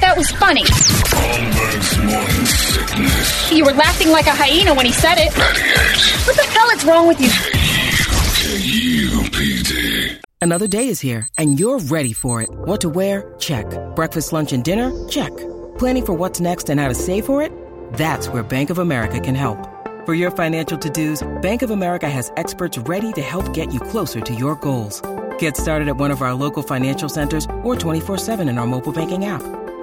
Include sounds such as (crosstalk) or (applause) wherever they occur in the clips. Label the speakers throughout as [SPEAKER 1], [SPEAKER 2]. [SPEAKER 1] that was funny.
[SPEAKER 2] Holmberg's morning sickness.
[SPEAKER 1] You were laughing like a hyena when he said it. What the hell is wrong with you?
[SPEAKER 2] K-U-K-U-P-D.
[SPEAKER 3] Another day is here, and you're ready for it. What to wear? Check. Breakfast, lunch, and dinner? Check. Planning for what's next and how to save for it? That's where Bank of America can help. For your financial to-dos, Bank of America has experts ready to help get you closer to your goals. Get started at one of our local financial centers or 24-7 in our mobile banking app.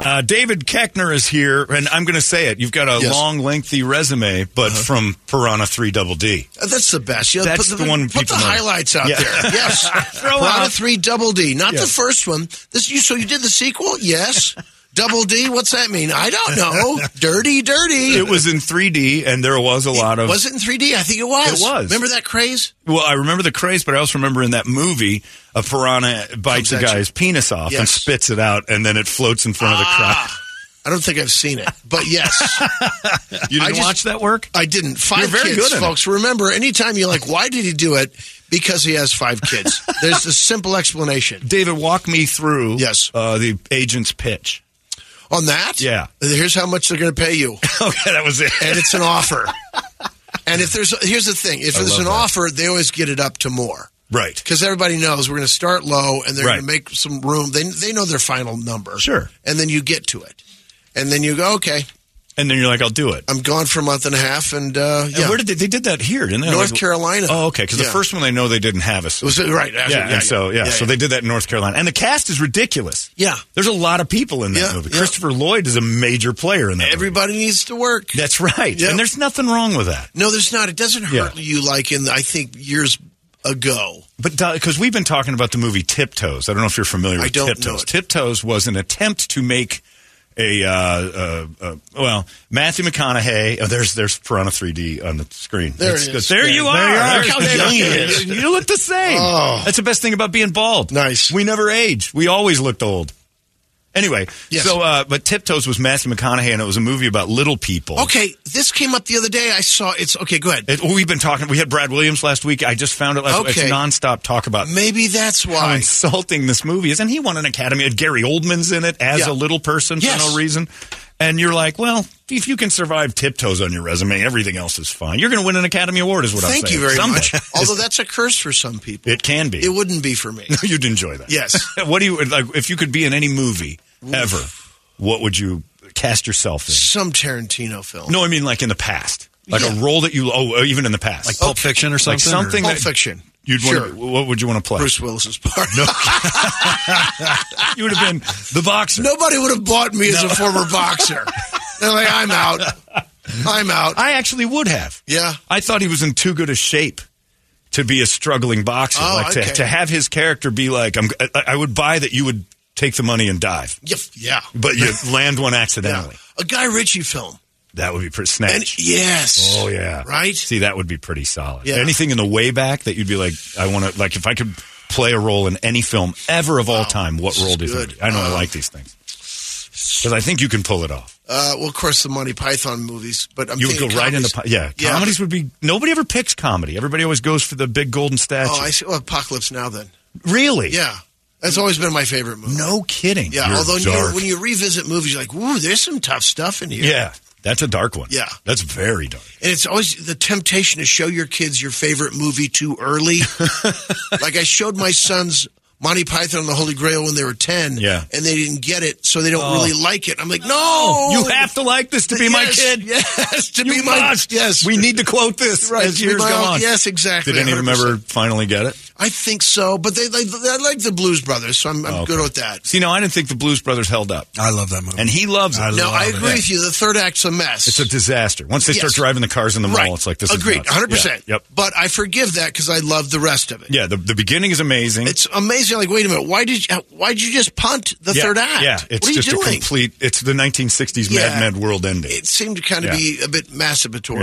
[SPEAKER 4] Uh, David Keckner is here, and I'm going to say it. You've got a
[SPEAKER 5] Yes.
[SPEAKER 4] long, lengthy resume, but from Piranha 3 Double D.
[SPEAKER 5] Uh, That's the best. Yeah,
[SPEAKER 4] That's
[SPEAKER 5] put
[SPEAKER 4] the one
[SPEAKER 5] Put the
[SPEAKER 4] people know.
[SPEAKER 5] highlights out
[SPEAKER 4] Yeah. (laughs)
[SPEAKER 5] there. Yes,
[SPEAKER 4] Throw
[SPEAKER 5] Piranha
[SPEAKER 4] out-
[SPEAKER 5] Three Double D, not
[SPEAKER 4] Yeah.
[SPEAKER 5] the first one. This you. So you did the sequel? Yes. Double D. What's that mean? I
[SPEAKER 4] (laughs)
[SPEAKER 5] don't know. Dirty, dirty.
[SPEAKER 4] It was in 3D, and there was a lot of.
[SPEAKER 5] was it in 3D? I think it was.
[SPEAKER 4] It was.
[SPEAKER 5] Remember that craze?
[SPEAKER 4] Well, I remember the craze, but I also remember in that movie, a piranha bites
[SPEAKER 5] Comes
[SPEAKER 4] a
[SPEAKER 5] at you.
[SPEAKER 4] guy's penis off and
[SPEAKER 5] Yes.
[SPEAKER 4] spits it out, and then it floats in front of the crowd.
[SPEAKER 5] I don't think I've seen it, but
[SPEAKER 4] (laughs)
[SPEAKER 5] yes,
[SPEAKER 4] You
[SPEAKER 5] I
[SPEAKER 4] didn't
[SPEAKER 5] just-
[SPEAKER 4] watch that work?
[SPEAKER 5] I didn't. 5
[SPEAKER 4] You're very
[SPEAKER 5] kids,
[SPEAKER 4] good at it.
[SPEAKER 5] folks. Remember, anytime you're like, "Why did he do it?" Because he has five
[SPEAKER 4] (laughs)
[SPEAKER 5] kids. There's a simple explanation.
[SPEAKER 4] David, walk me through
[SPEAKER 5] Yes.
[SPEAKER 4] uh, the agent's pitch.
[SPEAKER 5] On that,
[SPEAKER 4] Yeah.
[SPEAKER 5] Here's how much they're going to pay you,
[SPEAKER 4] okay, that was it.
[SPEAKER 5] and it's an offer. and if there's here's the thing, if there's
[SPEAKER 4] love
[SPEAKER 5] an
[SPEAKER 4] that.
[SPEAKER 5] offer, they always get it up to more
[SPEAKER 4] right.
[SPEAKER 5] because everybody knows we're going to start low and they're
[SPEAKER 4] Right.
[SPEAKER 5] going to make some room. They they know their final number,
[SPEAKER 4] Sure.
[SPEAKER 5] and then you get to it, and then you go, okay,
[SPEAKER 4] And then you're like, I'll do it.
[SPEAKER 5] I'm gone for a month and a half, and uh,
[SPEAKER 4] And
[SPEAKER 5] yeah,
[SPEAKER 4] where did they, they did that here? Didn't they?
[SPEAKER 5] North
[SPEAKER 4] Like-
[SPEAKER 5] Carolina.
[SPEAKER 4] Oh, okay. Because the
[SPEAKER 5] Yeah.
[SPEAKER 4] first one they know they didn't have a.
[SPEAKER 5] It was uh, right.
[SPEAKER 4] yeah, and so yeah, so they did that in North Carolina, and the cast is ridiculous.
[SPEAKER 5] Yeah.
[SPEAKER 4] there's a lot of people in that
[SPEAKER 5] Yeah,
[SPEAKER 4] movie.
[SPEAKER 5] yeah.
[SPEAKER 4] Christopher Lloyd is a major player in that. movie.
[SPEAKER 5] everybody needs to work.
[SPEAKER 4] That's right,
[SPEAKER 5] Yeah.
[SPEAKER 4] and there's nothing wrong with that.
[SPEAKER 5] No, there's not. It doesn't hurt
[SPEAKER 4] Yeah.
[SPEAKER 5] you like in I think years ago.
[SPEAKER 4] But because we've been talking about the movie Tiptoes, I don't know if you're familiar
[SPEAKER 5] I
[SPEAKER 4] with
[SPEAKER 5] don't know
[SPEAKER 4] Tiptoes.
[SPEAKER 5] it.
[SPEAKER 4] Tiptoes was an attempt to make a uh, uh, uh, well Matthew McConaughey. Oh, there's there's Piranha 3D on the screen.
[SPEAKER 5] There it
[SPEAKER 4] That's
[SPEAKER 5] is.
[SPEAKER 4] good. There
[SPEAKER 5] There
[SPEAKER 4] you
[SPEAKER 5] you
[SPEAKER 4] are.
[SPEAKER 5] are.
[SPEAKER 4] There's
[SPEAKER 5] Look how
[SPEAKER 4] David.
[SPEAKER 5] young he is.
[SPEAKER 4] You you look the same.
[SPEAKER 5] Oh.
[SPEAKER 4] That's the best thing about being bald.
[SPEAKER 5] Nice.
[SPEAKER 4] We never age. We always looked old. Anyway,
[SPEAKER 5] Yes.
[SPEAKER 4] so uh, but Tiptoes was Matthew McConaughey, and it was a movie about little people.
[SPEAKER 5] Okay, this came up the other day. I saw it's okay. Go ahead.
[SPEAKER 4] It- we've been talking. We had Brad Williams last week. I just found it last week. It's
[SPEAKER 5] Okay.
[SPEAKER 4] nonstop talk about
[SPEAKER 5] Maybe that's
[SPEAKER 4] how
[SPEAKER 5] why.
[SPEAKER 4] insulting this movie is. And he won an Academy. Gary Oldman's in it as
[SPEAKER 5] Yeah.
[SPEAKER 4] a little person
[SPEAKER 5] Yes.
[SPEAKER 4] for no reason. And you're like, well, if you can survive tiptoes on your resume, everything else is fine. You're going to win an Academy Award, is what I'm saying.
[SPEAKER 5] Thank you very
[SPEAKER 4] Someday.
[SPEAKER 5] much. (laughs) Although that's a curse for some people.
[SPEAKER 4] it can be.
[SPEAKER 5] It wouldn't be for me.
[SPEAKER 4] (laughs) You'd enjoy that.
[SPEAKER 5] Yes.
[SPEAKER 4] (laughs) what do you like? If you could be in any movie ever, what would you cast yourself in?
[SPEAKER 5] Some Tarantino film.
[SPEAKER 4] No, I mean like in the past, like a
[SPEAKER 5] Yeah.
[SPEAKER 4] role that you. Oh, even in the past, like
[SPEAKER 6] Pulp Fiction or
[SPEAKER 4] like
[SPEAKER 6] something? or-
[SPEAKER 4] something
[SPEAKER 5] Pulp
[SPEAKER 4] that
[SPEAKER 5] Fiction.
[SPEAKER 4] You'd
[SPEAKER 5] sure.
[SPEAKER 4] want. To, what would you want to play?
[SPEAKER 5] Bruce Willis's (laughs) part.
[SPEAKER 4] (laughs) You would have
[SPEAKER 5] (laughs)
[SPEAKER 4] been the boxer.
[SPEAKER 5] Nobody would have bought me as a former boxer. They're like,
[SPEAKER 4] (laughs)
[SPEAKER 5] I'm out. I'm out.
[SPEAKER 4] I actually would have.
[SPEAKER 5] Yeah.
[SPEAKER 4] I thought he was in too good a shape to be a struggling boxer.
[SPEAKER 5] Oh,
[SPEAKER 4] like
[SPEAKER 5] okay.
[SPEAKER 4] to, to have his character be like, I'm, I, I would buy that you would take the money and dive,
[SPEAKER 5] Yep. yeah.
[SPEAKER 4] but
[SPEAKER 5] (laughs)
[SPEAKER 4] you land one accidentally.
[SPEAKER 5] A Guy Ritchie film.
[SPEAKER 4] That would be pretty
[SPEAKER 5] And
[SPEAKER 4] snatch.
[SPEAKER 5] yes.
[SPEAKER 4] oh yeah,
[SPEAKER 5] Right?
[SPEAKER 4] See, that would be pretty solid.
[SPEAKER 5] Yeah.
[SPEAKER 4] Anything in the way back that you'd be like, I want to like if I could play a role in any film ever of all time, what
[SPEAKER 5] this
[SPEAKER 4] role
[SPEAKER 5] is
[SPEAKER 4] do you
[SPEAKER 5] good.
[SPEAKER 4] think? I know I
[SPEAKER 5] Um,
[SPEAKER 4] like these things because I think you can pull it off.
[SPEAKER 5] Uh, well, of course, the Monty Python movies, but I'm
[SPEAKER 4] You would go
[SPEAKER 5] thinking
[SPEAKER 4] right into
[SPEAKER 5] comedies.
[SPEAKER 4] po- yeah. Comedies would be nobody ever picks comedy. Everybody always goes for the big golden statue.
[SPEAKER 5] Oh, I see. Well, Apocalypse Now, then.
[SPEAKER 4] really?
[SPEAKER 5] Yeah, that's always been my favorite movie.
[SPEAKER 4] No kidding.
[SPEAKER 5] Yeah,
[SPEAKER 4] You're
[SPEAKER 5] although
[SPEAKER 4] dark.
[SPEAKER 5] you, when you revisit movies, you're like, ooh, there's some tough stuff in here.
[SPEAKER 4] yeah, that's a dark one.
[SPEAKER 5] Yeah.
[SPEAKER 4] that's very dark.
[SPEAKER 5] And it's always the temptation to show your kids your favorite movie too
[SPEAKER 4] (laughs)
[SPEAKER 5] early. like I showed my sons Monty Python and the Holy Grail when they were 10,
[SPEAKER 4] Yeah. Oh.
[SPEAKER 5] and they didn't get it, so they don't really like it. I'm like, no!
[SPEAKER 4] you have to like this to be my
[SPEAKER 5] Oh. Yes,
[SPEAKER 4] kid.
[SPEAKER 5] Yes, to
[SPEAKER 4] You
[SPEAKER 5] be my
[SPEAKER 4] must.
[SPEAKER 5] Yes.
[SPEAKER 4] We need to quote this
[SPEAKER 5] Right,
[SPEAKER 4] as
[SPEAKER 5] to be
[SPEAKER 4] years
[SPEAKER 5] my
[SPEAKER 4] go
[SPEAKER 5] own-
[SPEAKER 4] on.
[SPEAKER 5] yes, exactly,
[SPEAKER 4] Did anyone
[SPEAKER 5] 100%.
[SPEAKER 4] ever finally get it?
[SPEAKER 5] I think so, but they, they, I like the Blues Brothers, so I'm, I'm
[SPEAKER 4] Oh,
[SPEAKER 5] good
[SPEAKER 4] okay.
[SPEAKER 5] with that.
[SPEAKER 4] See, no, I didn't think the Blues Brothers held up,
[SPEAKER 6] I love that movie.
[SPEAKER 4] and he loves it.
[SPEAKER 6] I
[SPEAKER 5] No,
[SPEAKER 6] love
[SPEAKER 5] I
[SPEAKER 6] it.
[SPEAKER 5] agree with you. The third act's a mess.
[SPEAKER 4] It's a disaster. Once they start
[SPEAKER 5] Yes.
[SPEAKER 4] driving the cars in the mall,
[SPEAKER 5] right.
[SPEAKER 4] it's like this. is
[SPEAKER 5] Agreed,
[SPEAKER 4] nuts.
[SPEAKER 5] 100. percent
[SPEAKER 4] Yeah, yep.
[SPEAKER 5] But I forgive that because I love the rest of it.
[SPEAKER 4] Yeah. The, the beginning is amazing.
[SPEAKER 5] It's amazing. Like, wait a minute, why did you, why did you just punt the
[SPEAKER 4] yeah,
[SPEAKER 5] third act?
[SPEAKER 4] Yeah. It's
[SPEAKER 5] what are
[SPEAKER 4] just
[SPEAKER 5] you
[SPEAKER 4] a
[SPEAKER 5] doing?
[SPEAKER 4] complete. It's the 1960s
[SPEAKER 5] Yeah.
[SPEAKER 4] Mad Men world ending.
[SPEAKER 5] It seemed to kind of
[SPEAKER 4] Yeah.
[SPEAKER 5] be a bit masturbatory,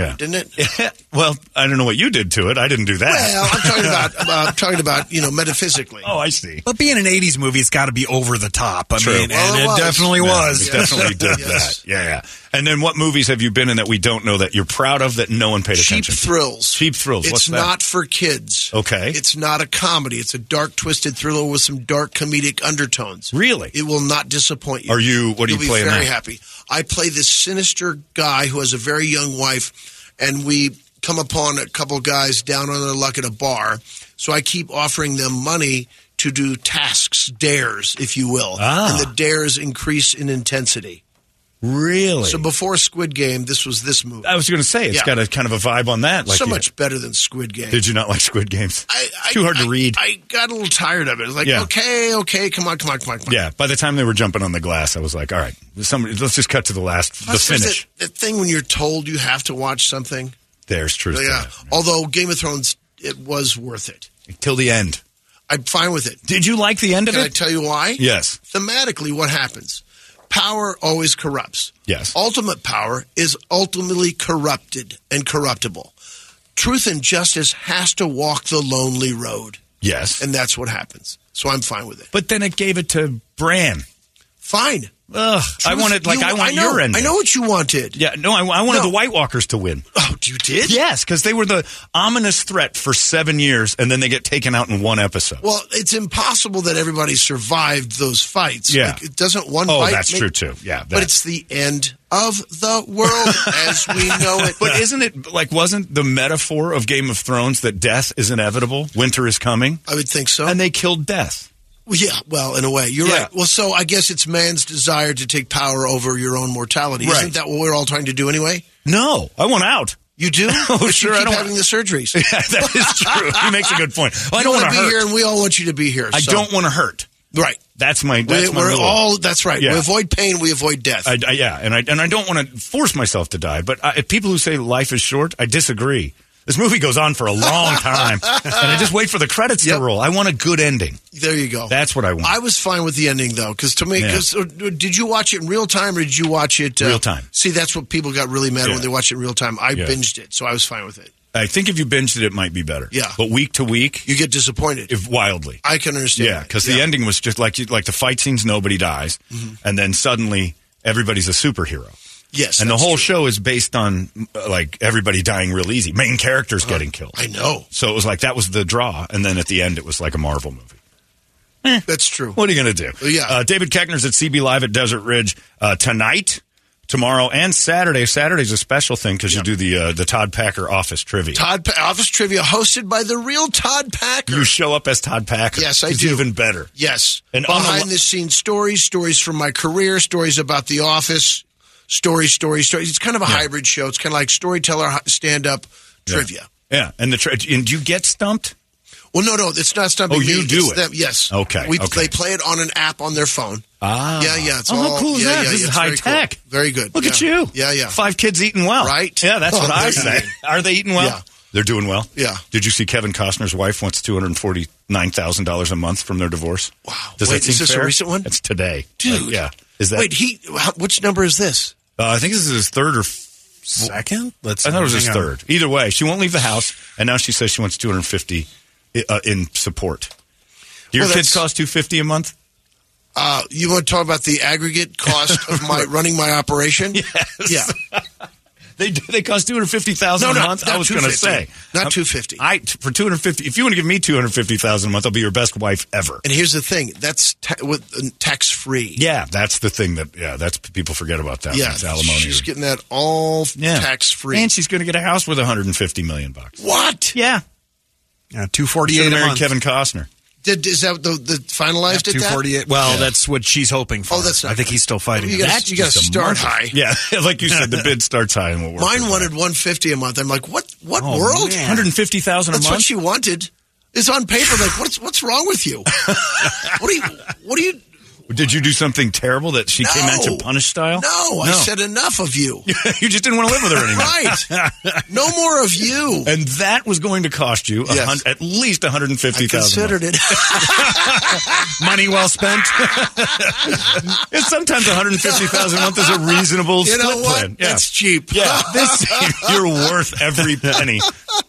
[SPEAKER 4] (laughs) Yeah.
[SPEAKER 5] didn't it?
[SPEAKER 4] well, I don't know what you did to it. I didn't do that.
[SPEAKER 5] Well, I'm talking
[SPEAKER 4] (laughs)
[SPEAKER 5] about, about I'm talking about you know metaphysically.
[SPEAKER 4] oh, I see.
[SPEAKER 6] But being an 80s movie, it's got to be over the top. I
[SPEAKER 4] True.
[SPEAKER 6] mean,
[SPEAKER 5] Well,
[SPEAKER 6] and
[SPEAKER 5] it
[SPEAKER 6] it,
[SPEAKER 5] was.
[SPEAKER 6] definitely
[SPEAKER 4] Yeah,
[SPEAKER 6] was.
[SPEAKER 4] it definitely
[SPEAKER 5] (laughs)
[SPEAKER 4] did
[SPEAKER 5] Yes.
[SPEAKER 4] that. Yeah, yeah. And then what movies have you been in that we don't know that you're proud of that no one paid
[SPEAKER 5] Cheap
[SPEAKER 4] attention to?
[SPEAKER 5] thrills.
[SPEAKER 4] Cheap Thrills.
[SPEAKER 5] It's
[SPEAKER 4] What's that?
[SPEAKER 5] not for kids.
[SPEAKER 4] Okay.
[SPEAKER 5] It's not a comedy. It's a dark, twisted thriller with some dark comedic undertones.
[SPEAKER 4] Really?
[SPEAKER 5] It will not disappoint you.
[SPEAKER 4] Are you- what do
[SPEAKER 5] You'll
[SPEAKER 4] you play
[SPEAKER 5] Be
[SPEAKER 4] in
[SPEAKER 5] very
[SPEAKER 4] that?
[SPEAKER 5] happy. I play this sinister guy who has a very young wife, and we come upon a couple guys down on their luck at a bar. So I keep offering them money to do tasks, dares, if you will,
[SPEAKER 4] Ah.
[SPEAKER 5] and the dares increase in intensity.
[SPEAKER 4] Really?
[SPEAKER 5] So before Squid Game, this was this movie.
[SPEAKER 4] I was going to say it's
[SPEAKER 5] Yeah.
[SPEAKER 4] got a kind of a vibe on that. Like
[SPEAKER 5] so
[SPEAKER 4] you-
[SPEAKER 5] much better than Squid Game.
[SPEAKER 4] Did you not like Squid Games?
[SPEAKER 5] I, I,
[SPEAKER 4] Too hard
[SPEAKER 5] I-
[SPEAKER 4] to read.
[SPEAKER 5] I got a little tired of it. It was like,
[SPEAKER 4] Yeah.
[SPEAKER 5] okay, okay, come on, come on, come on, come on.
[SPEAKER 4] yeah. By the time they were jumping on the glass, I was like, all right, somebody, let's just cut to the last,
[SPEAKER 5] Plus,
[SPEAKER 4] the
[SPEAKER 5] there's
[SPEAKER 4] finish.
[SPEAKER 5] That, that thing when you're told you have to watch something.
[SPEAKER 4] There's truth.
[SPEAKER 5] Yeah.
[SPEAKER 4] to
[SPEAKER 5] Although Game of Thrones, it was worth it.
[SPEAKER 4] that. Till the end.
[SPEAKER 5] I'm fine with it.
[SPEAKER 4] Did you like the end of
[SPEAKER 5] Can I
[SPEAKER 4] it?
[SPEAKER 5] tell you why?
[SPEAKER 4] yes.
[SPEAKER 5] Thematically, what happens? Power always corrupts.
[SPEAKER 4] Yes.
[SPEAKER 5] Ultimate power is ultimately corrupted and corruptible. Truth and justice has to walk the lonely road,
[SPEAKER 4] Yes.
[SPEAKER 5] and that's what happens. So I'm fine with it.
[SPEAKER 4] but then it gave it to Bran.
[SPEAKER 5] Fine.
[SPEAKER 4] Ugh. I
[SPEAKER 5] Truth-
[SPEAKER 4] wanted like
[SPEAKER 5] you-
[SPEAKER 4] I want
[SPEAKER 5] know,
[SPEAKER 4] your end.
[SPEAKER 5] I know what you wanted.
[SPEAKER 4] Yeah, no, I, I wanted
[SPEAKER 5] No.
[SPEAKER 4] the White Walkers to win.
[SPEAKER 5] Oh, you did?
[SPEAKER 4] Yes, because they were the ominous threat for seven years, and then they get taken out in one episode.
[SPEAKER 5] Well, it's impossible that everybody survived those fights.
[SPEAKER 4] Yeah.
[SPEAKER 5] Like, it doesn't one
[SPEAKER 4] Oh,
[SPEAKER 5] fight.
[SPEAKER 4] that's true, too. Yeah, that-
[SPEAKER 5] But it's the end of the world as
[SPEAKER 4] (laughs)
[SPEAKER 5] we know it.
[SPEAKER 4] but isn't it like wasn't the metaphor of Game of Thrones that death is inevitable, winter is coming,
[SPEAKER 5] I would think so.
[SPEAKER 4] and they killed death?
[SPEAKER 5] Well, yeah, well, in a way, you're
[SPEAKER 4] Yeah.
[SPEAKER 5] right. Well, so I guess it's man's desire to take power over your own mortality.
[SPEAKER 4] Right.
[SPEAKER 5] Isn't that what we're all trying to do anyway?
[SPEAKER 4] No, I want out. (laughs)
[SPEAKER 5] You do?
[SPEAKER 4] Oh,
[SPEAKER 5] But you
[SPEAKER 4] sure, I
[SPEAKER 5] Keep
[SPEAKER 4] don't
[SPEAKER 5] having
[SPEAKER 4] want-
[SPEAKER 5] the
[SPEAKER 4] (laughs)
[SPEAKER 5] surgeries. You
[SPEAKER 4] Yeah, that is true. he makes a good point. I don't want
[SPEAKER 5] wanna
[SPEAKER 4] to
[SPEAKER 5] be here,
[SPEAKER 4] hurt.
[SPEAKER 5] and we all want you to be here.
[SPEAKER 4] I
[SPEAKER 5] so-
[SPEAKER 4] don't want to hurt.
[SPEAKER 5] Right.
[SPEAKER 4] That's my. That's
[SPEAKER 5] We,
[SPEAKER 4] my
[SPEAKER 5] we're
[SPEAKER 4] rule.
[SPEAKER 5] all. That's right.
[SPEAKER 4] Yeah.
[SPEAKER 5] We avoid pain. We avoid death.
[SPEAKER 4] I, I- yeah, and I and I don't want to force myself to die. But I, people who say life is short, I disagree. This movie goes on for a
[SPEAKER 5] (laughs)
[SPEAKER 4] long time, and I just wait for the credits
[SPEAKER 5] Yep.
[SPEAKER 4] to roll. I want a good ending.
[SPEAKER 5] There you go.
[SPEAKER 4] That's what I want.
[SPEAKER 5] I was fine with the ending though, because to me,
[SPEAKER 4] Yeah.
[SPEAKER 5] because did you watch it in real time or did you watch it uh,
[SPEAKER 4] Real time.
[SPEAKER 5] See, that's what people got really mad
[SPEAKER 4] Yeah.
[SPEAKER 5] when they watched it in real time. I
[SPEAKER 4] Yeah.
[SPEAKER 5] binged it, so I was fine with it.
[SPEAKER 4] I think if you binged it, it might be better.
[SPEAKER 5] Yeah.
[SPEAKER 4] but week to week,
[SPEAKER 5] You get disappointed.
[SPEAKER 4] if wildly.
[SPEAKER 5] I can understand.
[SPEAKER 4] Yeah,
[SPEAKER 5] that.
[SPEAKER 4] because the ending was just like you, like the fight scenes, nobody dies,
[SPEAKER 5] Mm-hmm.
[SPEAKER 4] and then suddenly everybody's a superhero.
[SPEAKER 5] Yes,
[SPEAKER 4] and the
[SPEAKER 5] that's
[SPEAKER 4] whole
[SPEAKER 5] true.
[SPEAKER 4] show is based on uh, like everybody dying real easy, main characters getting killed.
[SPEAKER 5] Uh,
[SPEAKER 4] (laughs)
[SPEAKER 5] I know
[SPEAKER 4] So it was like that was the draw, and then at the end, it was like a Marvel movie.
[SPEAKER 5] that's true.
[SPEAKER 4] What are you going to do?
[SPEAKER 5] Yeah.
[SPEAKER 4] Uh, David Keckner's at CB Live at Desert Ridge uh, tonight, tomorrow, and Saturday. Saturday's a special thing because you do the uh, the Todd Packer office trivia.
[SPEAKER 5] Todd pa- Office Trivia, hosted by the real Todd Packer.
[SPEAKER 4] you show up as Todd Packer.
[SPEAKER 5] Yes, I
[SPEAKER 4] It's
[SPEAKER 5] do.
[SPEAKER 4] Even better.
[SPEAKER 5] yes,
[SPEAKER 4] And on the
[SPEAKER 5] behind
[SPEAKER 4] li-
[SPEAKER 5] the scenes stories, stories from my career, stories about the office, stories, stories, stories. It's kind of a hybrid show. It's kind of like storyteller, stand up, trivia.
[SPEAKER 4] Yeah, and the tra- and you get stumped.
[SPEAKER 5] Well, no, no, it's not stumping.
[SPEAKER 4] Oh, you
[SPEAKER 5] me,
[SPEAKER 4] do
[SPEAKER 5] it's
[SPEAKER 4] it.
[SPEAKER 5] Them. Yes.
[SPEAKER 4] Okay,
[SPEAKER 5] We,
[SPEAKER 4] okay.
[SPEAKER 5] They play it on an app on their phone.
[SPEAKER 4] Ah.
[SPEAKER 5] Yeah, yeah. It's
[SPEAKER 4] oh,
[SPEAKER 5] all,
[SPEAKER 4] how cool is
[SPEAKER 5] yeah,
[SPEAKER 4] that?
[SPEAKER 5] yeah,
[SPEAKER 4] this
[SPEAKER 5] yeah,
[SPEAKER 4] is
[SPEAKER 5] it's
[SPEAKER 4] high
[SPEAKER 5] very cool.
[SPEAKER 4] tech.
[SPEAKER 5] Very good.
[SPEAKER 4] Look
[SPEAKER 5] yeah.
[SPEAKER 4] at you.
[SPEAKER 5] Yeah, yeah.
[SPEAKER 4] Five kids eating well.
[SPEAKER 5] Right?
[SPEAKER 4] Yeah, that's
[SPEAKER 5] Oh,
[SPEAKER 4] what I
[SPEAKER 5] they're
[SPEAKER 4] say.
[SPEAKER 5] eating.
[SPEAKER 4] Are they eating well?
[SPEAKER 5] Yeah.
[SPEAKER 4] They're doing well.
[SPEAKER 5] Yeah.
[SPEAKER 4] Did you see Kevin Costner's wife wants two hundred forty nine thousand dollars a month from their divorce?
[SPEAKER 5] Wow.
[SPEAKER 4] Does
[SPEAKER 5] Wait,
[SPEAKER 4] that seem
[SPEAKER 5] is this a
[SPEAKER 4] fair?
[SPEAKER 5] recent one?
[SPEAKER 4] It's today,
[SPEAKER 5] Dude.
[SPEAKER 4] Like, yeah. Is that?
[SPEAKER 5] Wait, he. How, which number is this?
[SPEAKER 4] Uh, I think this is his third or. f-
[SPEAKER 6] Second? Let's
[SPEAKER 4] I thought it was his
[SPEAKER 6] hang on.
[SPEAKER 4] third. Either way, she won't leave the house, and now she says she wants two hundred fifty uh, in support. Do your
[SPEAKER 5] Well,
[SPEAKER 4] kids
[SPEAKER 5] that's-
[SPEAKER 4] cost two fifty a month?
[SPEAKER 5] Uh, you want to talk about the aggregate cost of
[SPEAKER 4] (laughs)
[SPEAKER 5] my running my operation? Yes. Yeah.
[SPEAKER 4] They they cost two hundred fifty thousand
[SPEAKER 5] No,
[SPEAKER 4] a
[SPEAKER 5] not-
[SPEAKER 4] month.
[SPEAKER 5] not
[SPEAKER 4] I was going to
[SPEAKER 5] 250.
[SPEAKER 4] say
[SPEAKER 5] Not
[SPEAKER 4] Um,
[SPEAKER 5] 250.
[SPEAKER 4] I for two hundred fifty. If you want to give me two hundred fifty thousand a month, I'll be your best wife ever.
[SPEAKER 5] And here's the thing. That's ta- with uh, tax free.
[SPEAKER 4] Yeah, that's the thing that yeah, that's people forget about that.
[SPEAKER 5] Yeah.
[SPEAKER 4] it's alimony.
[SPEAKER 5] She's getting that all
[SPEAKER 4] yeah,
[SPEAKER 5] tax free.
[SPEAKER 4] and she's going to get a house worth one hundred and fifty million bucks.
[SPEAKER 5] What?
[SPEAKER 4] Yeah,
[SPEAKER 6] Yeah,
[SPEAKER 4] should
[SPEAKER 6] 248
[SPEAKER 4] have
[SPEAKER 6] a
[SPEAKER 4] married
[SPEAKER 6] month.
[SPEAKER 4] Kevin (laughs) Costner.
[SPEAKER 5] Did, is that the, the finalized at that?
[SPEAKER 6] 248. Well, that's what she's hoping for.
[SPEAKER 5] Oh, that's not
[SPEAKER 6] I think
[SPEAKER 5] good.
[SPEAKER 6] he's still fighting.
[SPEAKER 5] You
[SPEAKER 6] it.
[SPEAKER 5] gotta,
[SPEAKER 4] That's
[SPEAKER 5] you gotta
[SPEAKER 4] just a
[SPEAKER 5] start
[SPEAKER 4] month.
[SPEAKER 5] high.
[SPEAKER 4] Yeah, (laughs) like you said, the bid starts high and we'll work.
[SPEAKER 5] Mine wanted 150 a month. I'm like, what? What
[SPEAKER 6] Oh,
[SPEAKER 5] world?
[SPEAKER 6] man.
[SPEAKER 4] one hundred and fifty thousand a
[SPEAKER 5] That's
[SPEAKER 4] month.
[SPEAKER 5] what she wanted. is on paper like what's what's wrong with you? what are you? What are you?
[SPEAKER 4] Did you do something terrible that she came at you
[SPEAKER 5] No.
[SPEAKER 4] punish style?
[SPEAKER 5] No, I said enough of you.
[SPEAKER 4] (laughs) you just didn't want to live with her anymore.
[SPEAKER 5] right. No more of you.
[SPEAKER 4] And that was going to cost you a
[SPEAKER 5] Yes.
[SPEAKER 4] hun- at least one hundred and fifty
[SPEAKER 5] I
[SPEAKER 4] thousand.
[SPEAKER 5] considered
[SPEAKER 4] (laughs)
[SPEAKER 5] it.
[SPEAKER 6] Money well spent.
[SPEAKER 4] Sometimes one hundred and fifty thousand a month is a reasonable
[SPEAKER 5] you
[SPEAKER 4] split
[SPEAKER 5] know what?
[SPEAKER 4] plan. Yeah.
[SPEAKER 5] It's cheap. (laughs) Ah,
[SPEAKER 4] Yeah, this (laughs) you're worth every penny.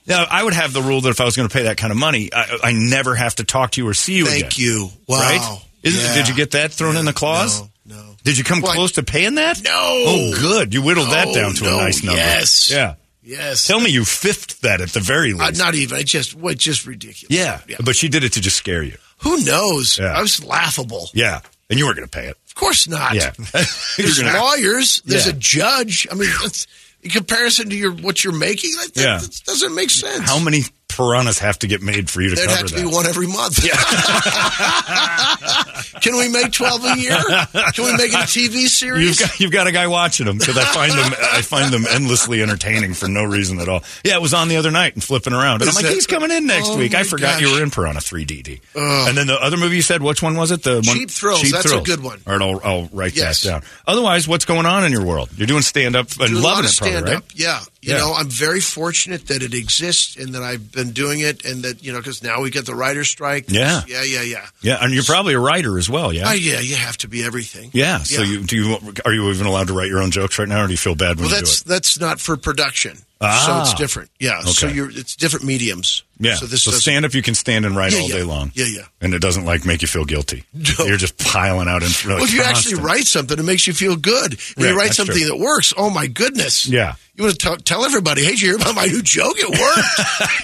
[SPEAKER 4] Now, I would have the rule that if I was going to pay that kind of money, I, I never have to talk to you or see you again.
[SPEAKER 5] Thank you. Wow.
[SPEAKER 4] Right? Isn't,
[SPEAKER 5] Yeah.
[SPEAKER 4] Did you get that thrown in the clause?
[SPEAKER 5] No. no.
[SPEAKER 4] Did you come
[SPEAKER 5] What?
[SPEAKER 4] close to paying that?
[SPEAKER 5] No.
[SPEAKER 4] Oh, good. You whittled that
[SPEAKER 5] No,
[SPEAKER 4] down to
[SPEAKER 5] no,
[SPEAKER 4] a nice number.
[SPEAKER 5] yes.
[SPEAKER 4] Yeah.
[SPEAKER 5] Yes.
[SPEAKER 4] Tell me you fifth that at the very
[SPEAKER 5] Uh,
[SPEAKER 4] least.
[SPEAKER 5] not even. I just what just ridiculous.
[SPEAKER 4] yeah. But she did it to just scare you.
[SPEAKER 5] Who knows?
[SPEAKER 4] Yeah.
[SPEAKER 5] I was laughable.
[SPEAKER 4] Yeah. And you were going to pay it.
[SPEAKER 5] Of course not.
[SPEAKER 4] Yeah. (laughs) You're
[SPEAKER 5] There's
[SPEAKER 4] gonna-
[SPEAKER 5] lawyers. There's
[SPEAKER 4] Yeah.
[SPEAKER 5] a judge. I mean, that's, in comparison to your what you're making, like, that,
[SPEAKER 4] Yeah.
[SPEAKER 5] that doesn't make sense.
[SPEAKER 4] How many piranhas have to get made for you to
[SPEAKER 5] There'd
[SPEAKER 4] cover
[SPEAKER 5] have to
[SPEAKER 4] that?
[SPEAKER 5] be one every month. (laughs) Can we make twelve a year? Can we make it a TV
[SPEAKER 4] You've
[SPEAKER 5] series?
[SPEAKER 4] got, you've got a guy watching them because I find them I find them endlessly entertaining for no reason at all. Yeah, it was on the other night and flipping around, and
[SPEAKER 5] Is
[SPEAKER 4] I'm like,
[SPEAKER 5] that-
[SPEAKER 4] he's coming in next
[SPEAKER 5] Oh
[SPEAKER 4] week. I
[SPEAKER 5] my
[SPEAKER 4] forgot you
[SPEAKER 5] gosh.
[SPEAKER 4] were in Piranha 3DD. and then the other movie you said, which one was it? The one,
[SPEAKER 5] Cheap Thrills. That's a good one.
[SPEAKER 4] All right, I'll, I'll write
[SPEAKER 5] Yes.
[SPEAKER 4] that down. Otherwise, what's going on in your world? You're doing stand up and
[SPEAKER 5] Do a lot
[SPEAKER 4] loving
[SPEAKER 5] of
[SPEAKER 4] it, probably,
[SPEAKER 5] stand
[SPEAKER 4] right?
[SPEAKER 5] up. Yeah. You
[SPEAKER 4] Yeah.
[SPEAKER 5] know, I'm very fortunate that it exists and that I've been doing it and that, you know, because now we get the writer's strike.
[SPEAKER 4] Yeah.
[SPEAKER 5] Yeah, yeah, yeah.
[SPEAKER 4] Yeah, and you're probably a writer as well. Yeah.
[SPEAKER 5] Oh, yeah, you have to be everything.
[SPEAKER 4] yeah. So you do you are you even allowed to write your own jokes right now, or do you feel bad when
[SPEAKER 5] Well,
[SPEAKER 4] you do
[SPEAKER 5] that's
[SPEAKER 4] it?
[SPEAKER 5] that's not for production, so
[SPEAKER 4] Ah.
[SPEAKER 5] it's different. Yeah, so
[SPEAKER 4] Okay.
[SPEAKER 5] you're it's different mediums.
[SPEAKER 4] Yeah.
[SPEAKER 5] So this doesn't-
[SPEAKER 4] stand up, you can stand and write
[SPEAKER 5] Yeah,
[SPEAKER 4] all
[SPEAKER 5] yeah.
[SPEAKER 4] day long.
[SPEAKER 5] Yeah, yeah.
[SPEAKER 4] And it doesn't like make you feel guilty. You're just piling out in front.
[SPEAKER 5] Well, if you actually write something, it makes you feel good. If
[SPEAKER 4] Right,
[SPEAKER 5] you write
[SPEAKER 4] that's
[SPEAKER 5] something
[SPEAKER 4] true.
[SPEAKER 5] that works, oh my goodness!
[SPEAKER 4] Yeah.
[SPEAKER 5] you want to tell everybody, "Hey, did you hear about my new joke? It worked."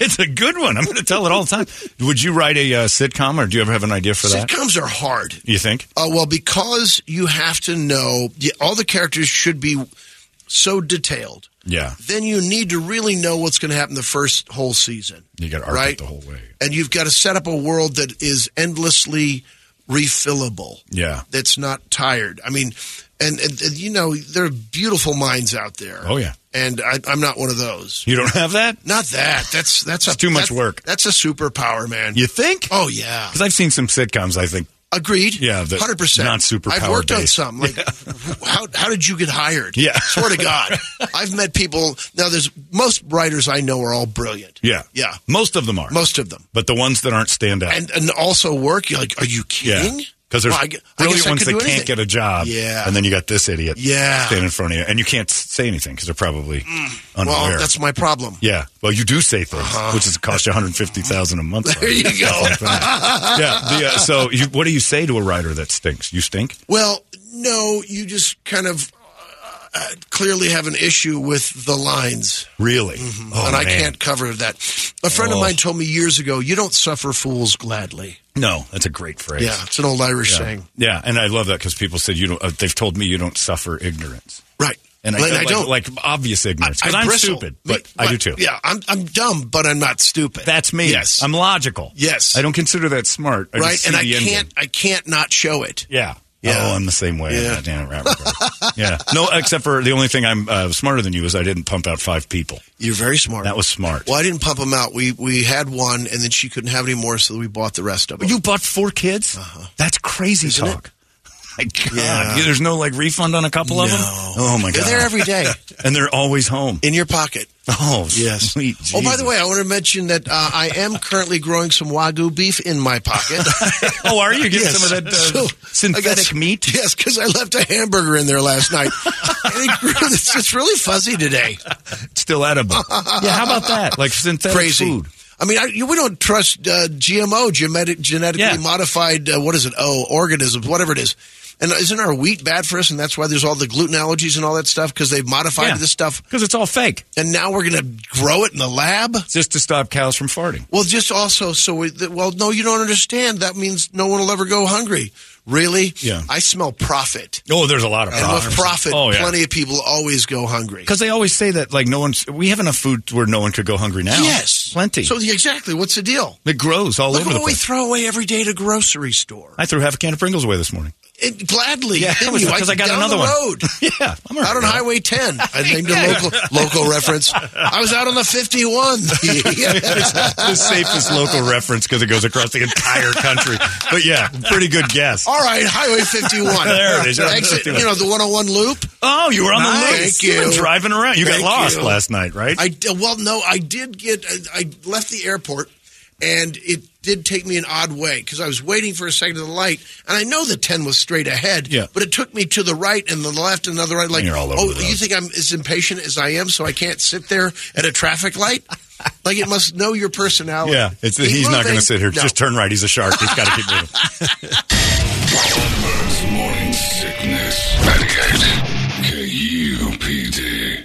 [SPEAKER 4] (laughs) it's a good one. I'm going to tell it all the time. Would you write a uh, sitcom, or do you ever have an idea (laughs) for that?
[SPEAKER 5] Sitcoms are hard.
[SPEAKER 4] You think?
[SPEAKER 5] Uh, well, because you have to know yeah, all the characters should be so detailed.
[SPEAKER 4] Yeah.
[SPEAKER 5] Then you need to really know what's going to happen the first whole season.
[SPEAKER 4] You got to arc
[SPEAKER 5] right
[SPEAKER 4] it the whole way.
[SPEAKER 5] and you've got to set up a world that is endlessly refillable.
[SPEAKER 4] Yeah.
[SPEAKER 5] that's not tired. I mean, and, and, and, you know there are beautiful minds out there.
[SPEAKER 4] Oh, yeah.
[SPEAKER 5] and I, I'm not one of those.
[SPEAKER 4] You don't have that?
[SPEAKER 5] Not that. That's that's
[SPEAKER 4] It's
[SPEAKER 5] a,
[SPEAKER 4] too much
[SPEAKER 5] that-
[SPEAKER 4] work.
[SPEAKER 5] That's a superpower, man.
[SPEAKER 4] You think?
[SPEAKER 5] Oh yeah,
[SPEAKER 4] Because I've seen some sitcoms. I think.
[SPEAKER 5] agreed.
[SPEAKER 4] Yeah, the
[SPEAKER 5] hundred percent.
[SPEAKER 4] not superpower
[SPEAKER 5] I've worked on
[SPEAKER 4] based.
[SPEAKER 5] some. Like, (laughs) how how did you get hired?
[SPEAKER 4] Yeah.
[SPEAKER 5] swear to God, I've met people. Now, there's most writers I know are all brilliant.
[SPEAKER 4] Yeah.
[SPEAKER 5] yeah,
[SPEAKER 4] Most of them are.
[SPEAKER 5] most of them.
[SPEAKER 4] But the ones that aren't stand up.
[SPEAKER 5] and and also work. You're like, are you kidding?
[SPEAKER 4] Yeah. Because there's
[SPEAKER 5] Well, I gu- I
[SPEAKER 4] brilliant
[SPEAKER 5] guess I
[SPEAKER 4] ones
[SPEAKER 5] could
[SPEAKER 4] that
[SPEAKER 5] do
[SPEAKER 4] can't
[SPEAKER 5] anything.
[SPEAKER 4] get a job.
[SPEAKER 5] Yeah.
[SPEAKER 4] And then you got this idiot
[SPEAKER 5] Yeah. Mm.
[SPEAKER 4] standing in front of you. And you can't s- say anything because they're probably unaware.
[SPEAKER 5] Well, that's Uh-huh. my problem.
[SPEAKER 4] Yeah. Well, you do say things, which is cost you one hundred fifty thousand a month.
[SPEAKER 5] (laughs) There you go.
[SPEAKER 4] yeah. The, uh, so, you, what do you say to a writer that stinks? You stink.
[SPEAKER 5] (laughs) Well, no, you just kind of uh, clearly have an issue with the lines,
[SPEAKER 4] Really? Oh,
[SPEAKER 5] Mm-hmm. and I
[SPEAKER 4] man.
[SPEAKER 5] can't cover that. A friend
[SPEAKER 4] Oh.
[SPEAKER 5] of mine told me years ago, "You don't suffer fools gladly."
[SPEAKER 4] No, that's a great phrase.
[SPEAKER 5] Yeah, it's an old Irish saying,
[SPEAKER 4] Yeah, and I love that because people said you don't. Uh, they've told me you don't suffer ignorance,
[SPEAKER 5] right?
[SPEAKER 4] and I,
[SPEAKER 5] Like,
[SPEAKER 4] like,
[SPEAKER 5] don't
[SPEAKER 4] like obvious ignorance. 'cause I'm
[SPEAKER 5] bristle.
[SPEAKER 4] stupid,
[SPEAKER 5] Me-
[SPEAKER 4] but, I do too.
[SPEAKER 5] Yeah, I'm I'm dumb, but I'm not stupid.
[SPEAKER 4] That's me.
[SPEAKER 5] Yes,
[SPEAKER 4] I'm logical.
[SPEAKER 5] Yes.
[SPEAKER 4] I don't consider that smart. I
[SPEAKER 5] right,
[SPEAKER 4] just see
[SPEAKER 5] and I
[SPEAKER 4] the end game.
[SPEAKER 5] can't I can't not show it.
[SPEAKER 4] Yeah.
[SPEAKER 5] Yeah.
[SPEAKER 4] Oh, I'm the same way.
[SPEAKER 5] Yeah.
[SPEAKER 4] Yeah. right, right,
[SPEAKER 5] (laughs)
[SPEAKER 4] right. yeah. No, except for the only thing I'm uh, smarter than you is I didn't pump out five people.
[SPEAKER 5] You're very smart.
[SPEAKER 4] That was smart.
[SPEAKER 5] Well, I didn't pump them out. We we had one, and then she couldn't have any more, so we bought the rest of them.
[SPEAKER 4] You bought four kids? That's crazy
[SPEAKER 5] Isn't it?
[SPEAKER 4] Uh-huh. talk. My God.
[SPEAKER 5] Yeah.
[SPEAKER 4] Yeah, there's no like refund on a couple of them?
[SPEAKER 5] No.
[SPEAKER 4] (laughs) Oh, my
[SPEAKER 5] They're
[SPEAKER 4] God.
[SPEAKER 5] there every
[SPEAKER 4] (laughs)
[SPEAKER 5] day.
[SPEAKER 4] and they're always home.
[SPEAKER 5] in your pocket.
[SPEAKER 4] (laughs) Oh,
[SPEAKER 5] Yes.
[SPEAKER 4] sweet
[SPEAKER 5] Oh, by the
[SPEAKER 4] Jesus.
[SPEAKER 5] way, I want to mention that uh, I am currently growing some wagyu beef in my pocket.
[SPEAKER 4] (laughs) Oh, are you getting
[SPEAKER 5] Yes.
[SPEAKER 4] some of that uh,
[SPEAKER 5] So, I got (laughs)
[SPEAKER 4] synthetic
[SPEAKER 5] s-
[SPEAKER 4] meat?
[SPEAKER 5] Yes, because I left a hamburger in there last night. and it grew, (laughs) it's, it's really fuzzy today.
[SPEAKER 4] It's still edible. yeah, how about that? Like synthetic
[SPEAKER 5] Crazy.
[SPEAKER 4] food.
[SPEAKER 5] I mean, I, you, we don't trust uh, GMO, genetic, genetically
[SPEAKER 4] Yeah.
[SPEAKER 5] modified, uh, what is it? Oh, organisms, whatever it is. And isn't our wheat bad for us? And that's why there's all the gluten allergies and all that stuff because they've modified this stuff.
[SPEAKER 4] Because it's all fake.
[SPEAKER 5] And now we're going to grow it in the lab.
[SPEAKER 4] It's just to stop cows from farting.
[SPEAKER 5] Well, just also, so we, th- well, no, you don't understand. That means no one will ever go hungry. Really?
[SPEAKER 4] Yeah.
[SPEAKER 5] I smell profit.
[SPEAKER 4] Oh, there's a lot of
[SPEAKER 5] And with profit,
[SPEAKER 4] Oh, yeah.
[SPEAKER 5] plenty of people always go hungry.
[SPEAKER 4] Because they always say that, like, no one's, we have enough food where no one could go hungry now.
[SPEAKER 5] Yes.
[SPEAKER 4] Plenty.
[SPEAKER 5] So, yeah, exactly. What's the deal?
[SPEAKER 4] it grows all
[SPEAKER 5] Look
[SPEAKER 4] over the
[SPEAKER 5] what we
[SPEAKER 4] place.
[SPEAKER 5] throw away every day at a grocery store. (laughs)
[SPEAKER 4] I threw half a can of Pringles away this morning.
[SPEAKER 5] it, gladly.
[SPEAKER 4] Yeah,
[SPEAKER 5] didn't
[SPEAKER 4] it was
[SPEAKER 5] (laughs) you?
[SPEAKER 4] because I got
[SPEAKER 5] down
[SPEAKER 4] another
[SPEAKER 5] the
[SPEAKER 4] one.
[SPEAKER 5] road.
[SPEAKER 4] (laughs) yeah, I'm all
[SPEAKER 5] Out on
[SPEAKER 4] right.
[SPEAKER 5] Highway
[SPEAKER 4] (laughs)
[SPEAKER 5] 10. I named a local local reference. I was out on
[SPEAKER 4] (laughs)
[SPEAKER 5] the (laughs) 51.
[SPEAKER 4] it's not the safest local reference because it goes across the entire country. But yeah, pretty good guess.
[SPEAKER 5] All right, Highway 51.
[SPEAKER 4] There it is.
[SPEAKER 5] Exit, you know, the 101 loop.
[SPEAKER 4] Oh, you were on
[SPEAKER 5] Nice.
[SPEAKER 4] the loose.
[SPEAKER 5] Thank
[SPEAKER 4] You've been
[SPEAKER 5] you.
[SPEAKER 4] driving around. You
[SPEAKER 5] Thank
[SPEAKER 4] got lost
[SPEAKER 5] you.
[SPEAKER 4] last night, right?
[SPEAKER 5] I well, no, I did get. I, I left the airport, and it did take me an odd way because I was waiting for a second of the light, and I know the ten was straight ahead.
[SPEAKER 4] Yeah.
[SPEAKER 5] but it took me to the right and the left and another right. Like,
[SPEAKER 4] you're all over
[SPEAKER 5] oh,
[SPEAKER 4] the road.
[SPEAKER 5] you think I'm as impatient as I am, so I can't sit there at a traffic light? like, it must know your personality.
[SPEAKER 4] yeah, it's,
[SPEAKER 5] Keep
[SPEAKER 4] he's not going
[SPEAKER 5] moving.
[SPEAKER 4] to sit here.
[SPEAKER 5] No.
[SPEAKER 4] Just turn right. He's a shark. He's got to keep moving.
[SPEAKER 2] Holmberg's morning sickness. 98 KUPD.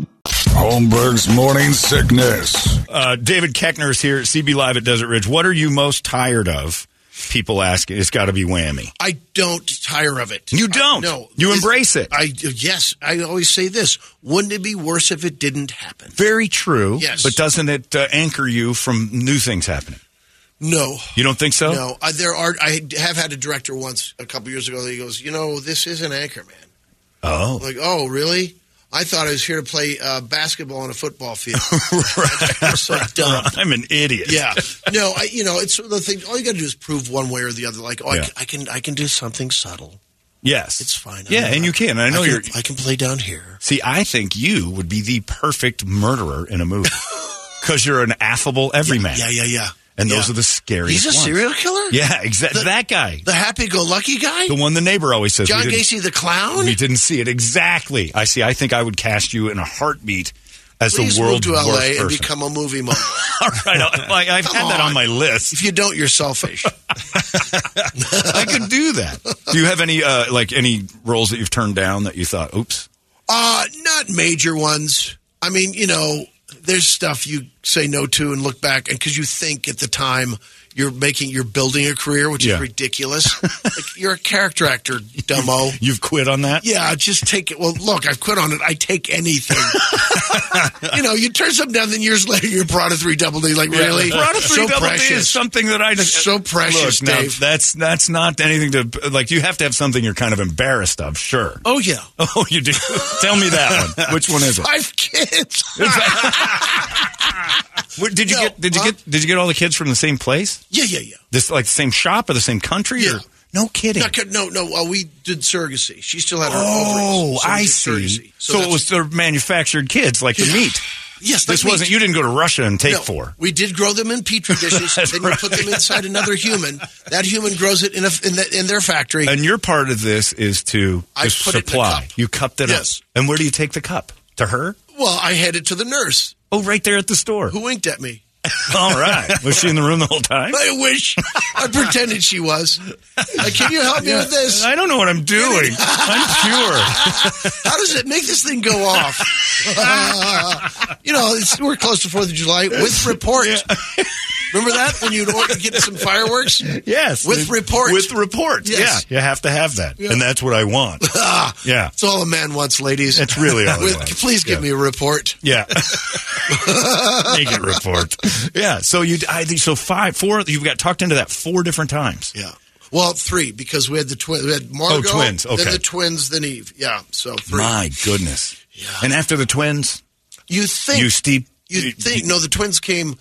[SPEAKER 2] Holmberg's morning sickness.
[SPEAKER 4] (laughs) Uh, David Keckner is here at CB Live at Desert Ridge. What are you most tired of? People ask. It's got to be whammy.
[SPEAKER 5] I don't tire of it.
[SPEAKER 4] You don't.
[SPEAKER 5] I, no,
[SPEAKER 4] You
[SPEAKER 5] This-
[SPEAKER 4] embrace it.
[SPEAKER 5] I yes. I always say this. Wouldn't it be worse if it didn't happen?
[SPEAKER 4] Very true.
[SPEAKER 5] Yes.
[SPEAKER 4] But doesn't it uh, anchor you from new things happening?
[SPEAKER 5] No.
[SPEAKER 4] You don't think so?
[SPEAKER 5] No, uh, there are. I have had a director once a couple years ago that he goes, you know, this is an Anchorman.
[SPEAKER 4] Oh. (laughs)
[SPEAKER 5] I'm like, oh, really? I thought I was here to play uh, basketball on a football field.
[SPEAKER 4] (laughs)
[SPEAKER 5] (laughs)
[SPEAKER 4] Right.
[SPEAKER 5] so dumb.
[SPEAKER 4] I'm an idiot.
[SPEAKER 5] Yeah. No, I, you know, it's the thing. All you got to do is prove one way or the other. Like, oh, I
[SPEAKER 4] Yeah.
[SPEAKER 5] c- I, can, I can do something subtle.
[SPEAKER 4] Yes.
[SPEAKER 5] It's fine.
[SPEAKER 4] Yeah,
[SPEAKER 5] I'm
[SPEAKER 4] and
[SPEAKER 5] not-
[SPEAKER 4] you can. I know you're.
[SPEAKER 5] I can play down here.
[SPEAKER 4] See, I think you would be the perfect murderer in a
[SPEAKER 5] (laughs)
[SPEAKER 4] movie because you're an affable everyman.
[SPEAKER 5] Yeah, yeah, yeah.
[SPEAKER 4] And
[SPEAKER 5] Yeah.
[SPEAKER 4] those are the scariest.
[SPEAKER 5] He's a
[SPEAKER 4] ones.
[SPEAKER 5] serial killer.
[SPEAKER 4] (laughs) Yeah, exactly.
[SPEAKER 5] The-
[SPEAKER 4] That guy,
[SPEAKER 5] The happy-go-lucky guy.
[SPEAKER 4] the one the neighbor always says.
[SPEAKER 5] John
[SPEAKER 4] we didn't-
[SPEAKER 5] Gacy, the clown.
[SPEAKER 4] We didn't see it exactly. I see. I think I would cast you in a heartbeat as
[SPEAKER 5] Please
[SPEAKER 4] the world's
[SPEAKER 5] move to
[SPEAKER 4] worst
[SPEAKER 5] L.A. and
[SPEAKER 4] person.
[SPEAKER 5] become a movie mogul.
[SPEAKER 4] All right, (laughs)
[SPEAKER 5] (laughs)
[SPEAKER 4] I, I, I've
[SPEAKER 5] Come
[SPEAKER 4] had that
[SPEAKER 5] on.
[SPEAKER 4] on my list.
[SPEAKER 5] if you don't,
[SPEAKER 4] (laughs)
[SPEAKER 5] you're selfish.
[SPEAKER 4] I could do
[SPEAKER 5] (laughs)
[SPEAKER 4] that. Do you have any uh, like any roles that you've turned down that you thought, oops?
[SPEAKER 5] Uh, not major ones. I mean, you know, there's stuff you say no to and look back, and because you think at the time you're making, you're building a career, which
[SPEAKER 4] Yeah. (laughs)
[SPEAKER 5] is ridiculous. like, you're a character actor, dumbo.
[SPEAKER 4] You've quit on that?
[SPEAKER 5] Yeah, just take it. Well, look, I've quit on it. I take anything.
[SPEAKER 4] (laughs)
[SPEAKER 5] you know, you turn something down, then years later you're Prada 3 Double D. Like, really?
[SPEAKER 4] Prada three
[SPEAKER 5] so
[SPEAKER 4] double
[SPEAKER 5] precious.
[SPEAKER 4] D is something that I just
[SPEAKER 5] So precious,
[SPEAKER 4] Look, now,
[SPEAKER 5] Dave.
[SPEAKER 4] that's that's not anything to like. You have to have something you're kind of embarrassed of, sure.
[SPEAKER 5] oh, yeah.
[SPEAKER 4] (laughs) Oh, you do. Tell me that
[SPEAKER 5] (laughs)
[SPEAKER 4] one. Which one is it? (laughs)
[SPEAKER 5] Five kids.
[SPEAKER 4] What- Did you
[SPEAKER 5] No, uh,
[SPEAKER 4] get? Did you
[SPEAKER 5] huh?
[SPEAKER 4] get? Did you get all the kids from the same place?
[SPEAKER 5] yeah, yeah, yeah.
[SPEAKER 4] This like the same shop or the same country?
[SPEAKER 5] Yeah.
[SPEAKER 4] Or, no kidding.
[SPEAKER 5] No, c- no, no. Uh, we did surrogacy. She still had her
[SPEAKER 4] Oh,
[SPEAKER 5] ovaries. so we
[SPEAKER 4] I
[SPEAKER 5] did
[SPEAKER 4] see.
[SPEAKER 5] surrogacy.
[SPEAKER 4] So, it
[SPEAKER 5] that's-
[SPEAKER 4] was their manufactured kids, like the meat.
[SPEAKER 5] Yes,
[SPEAKER 4] This
[SPEAKER 5] like
[SPEAKER 4] wasn't.
[SPEAKER 5] meat.
[SPEAKER 4] You didn't go to Russia and take
[SPEAKER 5] No,
[SPEAKER 4] four.
[SPEAKER 5] We did grow them
[SPEAKER 4] (laughs)
[SPEAKER 5] in petri dishes.
[SPEAKER 4] That's
[SPEAKER 5] then you put them inside another human. That human grows it in a, in, the, in their factory.
[SPEAKER 4] And your part of this is to
[SPEAKER 5] I
[SPEAKER 4] just
[SPEAKER 5] put it in a
[SPEAKER 4] supply.
[SPEAKER 5] cup.
[SPEAKER 4] You cupped it
[SPEAKER 5] Yes.
[SPEAKER 4] up. And where do you take the cup? To her?
[SPEAKER 5] well, I handed to the nurse
[SPEAKER 4] Oh, right there at the store.
[SPEAKER 5] (laughs) who winked at me.
[SPEAKER 4] All right. Was she in the room the whole time?
[SPEAKER 5] I wish I pretended she was. Like, can you help me with this?
[SPEAKER 4] I don't know what I'm doing.
[SPEAKER 5] (laughs)
[SPEAKER 4] I'm pure.
[SPEAKER 5] How does it make this thing go off? (laughs) you know, it's, we're close to Fourth of
[SPEAKER 4] (laughs)
[SPEAKER 5] July with report. Remember that when you'd order, get some fireworks?
[SPEAKER 4] Yes.
[SPEAKER 5] With report.
[SPEAKER 4] With report.
[SPEAKER 5] Yes.
[SPEAKER 4] Yeah. You have to have that. And that's what I
[SPEAKER 5] (laughs)
[SPEAKER 4] want. yeah.
[SPEAKER 5] It's all a man wants, ladies.
[SPEAKER 4] That's really all I
[SPEAKER 5] With-
[SPEAKER 4] want.
[SPEAKER 5] Please give
[SPEAKER 4] Yeah.
[SPEAKER 5] me a report. (laughs)
[SPEAKER 4] Yeah. Make it report. Yeah. So you I think so five four you've got tucked into that four different times.
[SPEAKER 5] Yeah. Well, three because we had the twins. We had Margot,
[SPEAKER 4] Oh, twins. Okay.
[SPEAKER 5] then the twins, then Eve. Yeah. So three.
[SPEAKER 4] My goodness. And after the twins,
[SPEAKER 5] You think
[SPEAKER 4] you steep
[SPEAKER 5] you think no? The twins came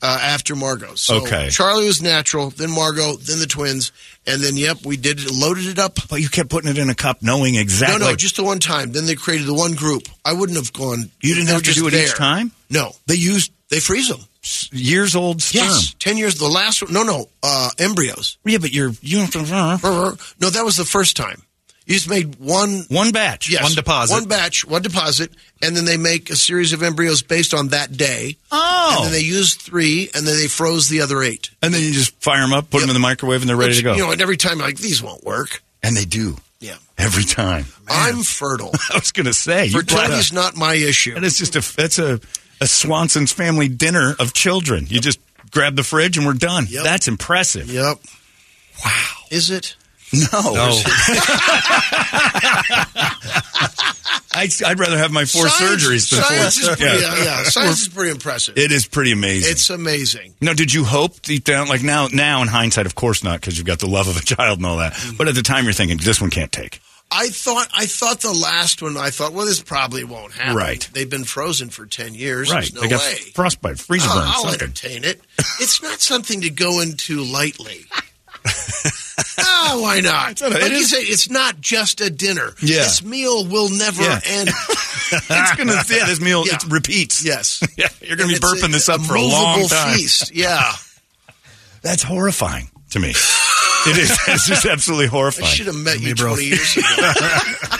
[SPEAKER 5] uh, after Margot. So
[SPEAKER 4] Okay.
[SPEAKER 5] Charlie was natural, then Margot, then the twins, and then yep, we did it, loaded it up.
[SPEAKER 4] But you kept putting it in a cup, knowing exactly.
[SPEAKER 5] No, no,
[SPEAKER 4] like,
[SPEAKER 5] just the one time. Then they created the one group. I wouldn't have gone.
[SPEAKER 4] You didn't
[SPEAKER 5] they
[SPEAKER 4] have
[SPEAKER 5] were
[SPEAKER 4] to do
[SPEAKER 5] just
[SPEAKER 4] it each
[SPEAKER 5] there.
[SPEAKER 4] time?
[SPEAKER 5] No,
[SPEAKER 4] they used
[SPEAKER 5] they freeze them.
[SPEAKER 4] years old sperm.
[SPEAKER 5] Yes, ten years. The last one. No, no, uh, embryos.
[SPEAKER 4] Yeah, but you're you
[SPEAKER 5] No, that was the first time. You just made one
[SPEAKER 4] one batch.
[SPEAKER 5] Yes.
[SPEAKER 6] One deposit.
[SPEAKER 5] One batch, one deposit, and then they make a series of embryos based on that day.
[SPEAKER 4] Oh.
[SPEAKER 5] And then they used three, and then they froze the other eight.
[SPEAKER 4] And then you just fire them up, put them in the microwave, and they're ready
[SPEAKER 5] Which,
[SPEAKER 4] to go.
[SPEAKER 5] You know, and every time, like, these won't work.
[SPEAKER 4] and they do. every time.
[SPEAKER 5] I'm fertile.
[SPEAKER 4] (laughs) I was going to say you brought
[SPEAKER 5] Fertility's
[SPEAKER 4] up-
[SPEAKER 5] not my issue.
[SPEAKER 4] And it's just a that's a a Swanson's family dinner of children. You just grab the fridge and we're done.
[SPEAKER 5] Yep.
[SPEAKER 4] That's impressive.
[SPEAKER 5] Yep. Wow. Is it?
[SPEAKER 4] No,
[SPEAKER 6] No.
[SPEAKER 4] I'd, I'd rather have my four
[SPEAKER 5] Science-
[SPEAKER 4] surgeries than
[SPEAKER 5] Science is
[SPEAKER 4] four.
[SPEAKER 5] pretty, yeah. yeah, Science is pretty impressive.
[SPEAKER 4] It is pretty amazing.
[SPEAKER 5] it's amazing.
[SPEAKER 4] Now, did you hope deep down, like now, now in hindsight, of course not, because you've got the love of a child and all that.
[SPEAKER 5] Mm-hmm.
[SPEAKER 4] But at the time, you're thinking this one can't take.
[SPEAKER 5] I thought I thought the last one. I thought, well, this probably won't happen.
[SPEAKER 4] Right.
[SPEAKER 5] They've been frozen for ten years. There's no
[SPEAKER 4] they got
[SPEAKER 5] way. Oh,
[SPEAKER 4] frostbite, freezer burn,
[SPEAKER 5] I'll- I'll
[SPEAKER 4] something.
[SPEAKER 5] entertain it. It's not something to go into lightly. (laughs) oh, why not?
[SPEAKER 4] not a-
[SPEAKER 5] like
[SPEAKER 4] it
[SPEAKER 5] you
[SPEAKER 4] is-
[SPEAKER 5] say, it's not just a dinner.
[SPEAKER 4] Yeah.
[SPEAKER 5] This meal will never
[SPEAKER 4] Yeah. (laughs)
[SPEAKER 5] end.
[SPEAKER 4] (laughs) it's gonna yeah, this meal
[SPEAKER 5] (laughs) Yeah.
[SPEAKER 4] it repeats.
[SPEAKER 5] Yes.
[SPEAKER 4] (laughs) Yeah, you're gonna be
[SPEAKER 5] It's
[SPEAKER 4] burping this up for a long
[SPEAKER 5] movable
[SPEAKER 4] time.
[SPEAKER 5] Feast. Yeah.
[SPEAKER 4] (laughs) That's horrifying to (laughs) me. it is. It's just absolutely
[SPEAKER 5] I
[SPEAKER 4] horrifying.
[SPEAKER 5] should have met you
[SPEAKER 4] bro.
[SPEAKER 5] 20
[SPEAKER 4] (laughs)
[SPEAKER 5] years ago.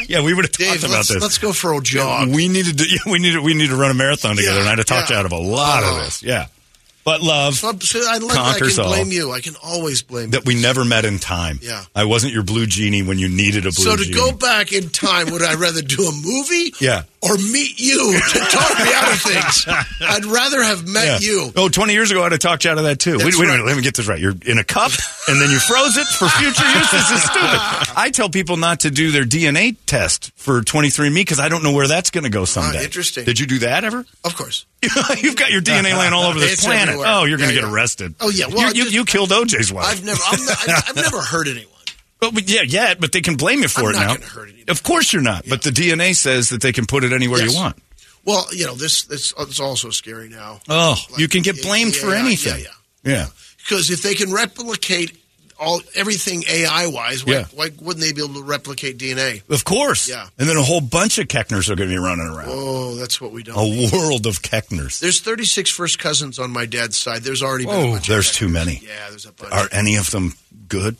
[SPEAKER 4] Yeah, we would have talked
[SPEAKER 5] Dave,
[SPEAKER 4] about
[SPEAKER 5] let's,
[SPEAKER 4] this.
[SPEAKER 5] let's go for a jog.
[SPEAKER 4] we needed to. (laughs) Yeah, we needed. We need to run a marathon together,
[SPEAKER 5] Yeah,
[SPEAKER 4] and I'd have talked
[SPEAKER 5] yeah.
[SPEAKER 4] you out of a lot
[SPEAKER 5] Uh-huh.
[SPEAKER 4] of this. Yeah, but love
[SPEAKER 5] So, so I, like, I
[SPEAKER 4] Conquers
[SPEAKER 5] can
[SPEAKER 4] all.
[SPEAKER 5] blame you. I can always blame
[SPEAKER 4] that
[SPEAKER 5] you.
[SPEAKER 4] we never met in time.
[SPEAKER 5] Yeah.
[SPEAKER 4] I wasn't your blue genie when you needed a blue.
[SPEAKER 5] So to
[SPEAKER 4] genie.
[SPEAKER 5] go back in time, would I rather do a movie
[SPEAKER 4] (laughs) Yeah.
[SPEAKER 5] or meet you to talk me out
[SPEAKER 4] (laughs)
[SPEAKER 5] of things? I'd rather have met
[SPEAKER 4] Yeah.
[SPEAKER 5] you.
[SPEAKER 4] Oh, 20 years ago, I'd have talked you out of that too. Wait,
[SPEAKER 5] That's
[SPEAKER 4] wait a
[SPEAKER 5] right.
[SPEAKER 4] minute, let me get this right. You're in a cup, and then you froze it for
[SPEAKER 5] (laughs)
[SPEAKER 4] future use. This is stupid. I tell people not to do their DNA test for 23andMe because I don't know where that's going to go someday.
[SPEAKER 5] Ah, interesting.
[SPEAKER 4] Did you do that ever? (laughs)
[SPEAKER 5] Of course.
[SPEAKER 4] You've got your DNA laying all over this
[SPEAKER 5] It's
[SPEAKER 4] planet.
[SPEAKER 5] everywhere.
[SPEAKER 4] Oh, you're going to
[SPEAKER 5] Yeah,
[SPEAKER 4] get
[SPEAKER 5] yeah.
[SPEAKER 4] arrested.
[SPEAKER 5] Oh, yeah. Well,
[SPEAKER 4] You-
[SPEAKER 5] I
[SPEAKER 4] you,
[SPEAKER 5] just-
[SPEAKER 4] you killed OJ's wife.
[SPEAKER 5] I've never, I'm not, I've, I've never hurt anyone.
[SPEAKER 4] But, but yeah, yet, but they can blame you for
[SPEAKER 5] I'm
[SPEAKER 4] it
[SPEAKER 5] not
[SPEAKER 4] now.
[SPEAKER 5] gonna hurt anybody.
[SPEAKER 4] of course you're not. But the DNA says that they can put it anywhere
[SPEAKER 5] Yes.
[SPEAKER 4] you want.
[SPEAKER 5] Well, you know, this, this uh, it's also scary now.
[SPEAKER 4] Oh,
[SPEAKER 5] Like,
[SPEAKER 4] you can get
[SPEAKER 5] yeah,
[SPEAKER 4] blamed
[SPEAKER 5] yeah,
[SPEAKER 4] for
[SPEAKER 5] yeah,
[SPEAKER 4] anything.
[SPEAKER 5] Yeah,
[SPEAKER 4] yeah.
[SPEAKER 5] Because if they can replicate all everything AI wise, why,
[SPEAKER 4] Yeah.
[SPEAKER 5] why wouldn't they be able to replicate DNA?
[SPEAKER 4] Of course.
[SPEAKER 5] Yeah.
[SPEAKER 4] And then a whole bunch of Keckners are going to be running around.
[SPEAKER 5] Oh, that's what we don't. need.
[SPEAKER 4] A world of Keckners.
[SPEAKER 5] There's 36 first cousins on my dad's side. There's already been a
[SPEAKER 4] Oh,
[SPEAKER 5] bunch of
[SPEAKER 4] there's
[SPEAKER 5] that.
[SPEAKER 4] too many.
[SPEAKER 5] Yeah, there's a bunch.
[SPEAKER 4] Are any of them good?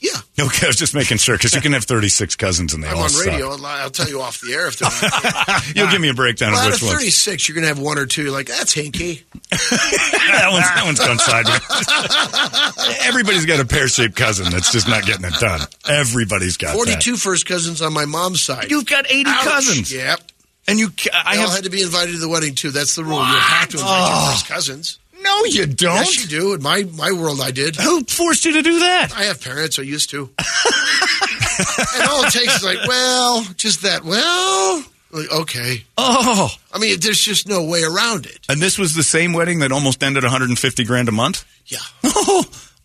[SPEAKER 5] yeah.
[SPEAKER 4] Okay, I was just making sure because you can have 36 cousins and they
[SPEAKER 5] I'm
[SPEAKER 4] all
[SPEAKER 5] on
[SPEAKER 4] suck.
[SPEAKER 5] radio. I'll, I'll tell you off the air if they're
[SPEAKER 4] (laughs)
[SPEAKER 5] not. Well,
[SPEAKER 4] You'll give me a breakdown of
[SPEAKER 5] out of
[SPEAKER 4] which ones.
[SPEAKER 5] 36, you're going to have one or two. You're like, that's hinky.
[SPEAKER 4] that one's that one's gone sideways. (laughs) Everybody's got a pear shaped cousin that's just not getting it done. Everybody's got
[SPEAKER 5] 42 first cousins on my mom's side.
[SPEAKER 4] That. You've got 80
[SPEAKER 5] Ouch.
[SPEAKER 4] cousins,
[SPEAKER 5] Yep.
[SPEAKER 4] and you. ca- I
[SPEAKER 5] They all
[SPEAKER 4] have
[SPEAKER 5] had to be invited to the wedding, too. That's the rule. You have to invite your first cousins.
[SPEAKER 4] no. You don't.
[SPEAKER 5] Yes, you do. In my, my world, I did.
[SPEAKER 4] Who forced you to do that?
[SPEAKER 5] I have parents. I
[SPEAKER 4] (laughs)
[SPEAKER 5] used to. and all it takes is like, well, just that. Well, like, okay.
[SPEAKER 4] Oh,
[SPEAKER 5] I mean, there's just no way around it.
[SPEAKER 4] and this was the same wedding that almost ended 150 grand a month. (laughs)
[SPEAKER 5] Yeah.
[SPEAKER 4] Oh,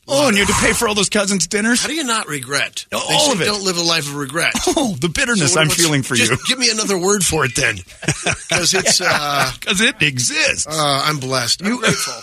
[SPEAKER 4] oh, and you had to pay for all those cousins' dinners.
[SPEAKER 5] How do you not regret?
[SPEAKER 4] All
[SPEAKER 5] They say
[SPEAKER 4] of it.
[SPEAKER 5] Don't live a life
[SPEAKER 4] (laughs)
[SPEAKER 5] of regret.
[SPEAKER 4] Oh, the bitterness
[SPEAKER 5] So
[SPEAKER 4] I'm
[SPEAKER 5] what's-
[SPEAKER 4] feeling for
[SPEAKER 5] just
[SPEAKER 4] you
[SPEAKER 5] Give me another word for it then, (laughs) because it's. Uh,
[SPEAKER 4] because it exists.
[SPEAKER 5] uh, I'm blessed. I'm grateful.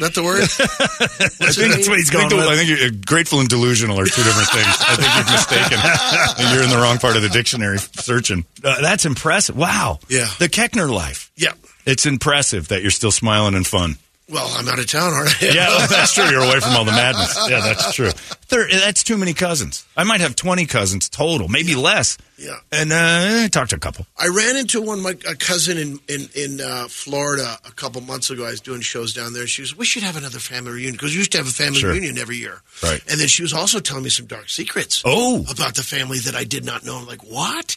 [SPEAKER 5] Not the word. (laughs)
[SPEAKER 4] I
[SPEAKER 5] it
[SPEAKER 4] think
[SPEAKER 5] mean?
[SPEAKER 4] that's what he's going with. I think you're grateful and delusional are two different things. I think you've mistaken. I
[SPEAKER 5] (laughs)
[SPEAKER 4] think you're in the wrong part of the dictionary searching. Uh, that's impressive. Wow.
[SPEAKER 5] Yeah.
[SPEAKER 4] The Keckner life.
[SPEAKER 5] Yeah.
[SPEAKER 4] It's impressive that you're still smiling and fun.
[SPEAKER 5] Well, I'm out of town, aren't I?
[SPEAKER 4] Yeah, well, that's true. You're away from all the
[SPEAKER 5] (laughs)
[SPEAKER 4] madness. Yeah, that's true. There, that's too many cousins. I might have 20 cousins total, maybe less.
[SPEAKER 5] Yeah.
[SPEAKER 4] And uh, I talked to a couple.
[SPEAKER 5] (laughs) I ran into one my a cousin in in in uh, Florida a couple months ago. I was doing shows down there. She was, we should have another family reunion because we used to have a family
[SPEAKER 4] Sure.
[SPEAKER 5] reunion every year.
[SPEAKER 4] Right.
[SPEAKER 5] And then she was also telling me some dark secrets.
[SPEAKER 4] Oh.
[SPEAKER 5] about the family that I did not know. I'm like, what?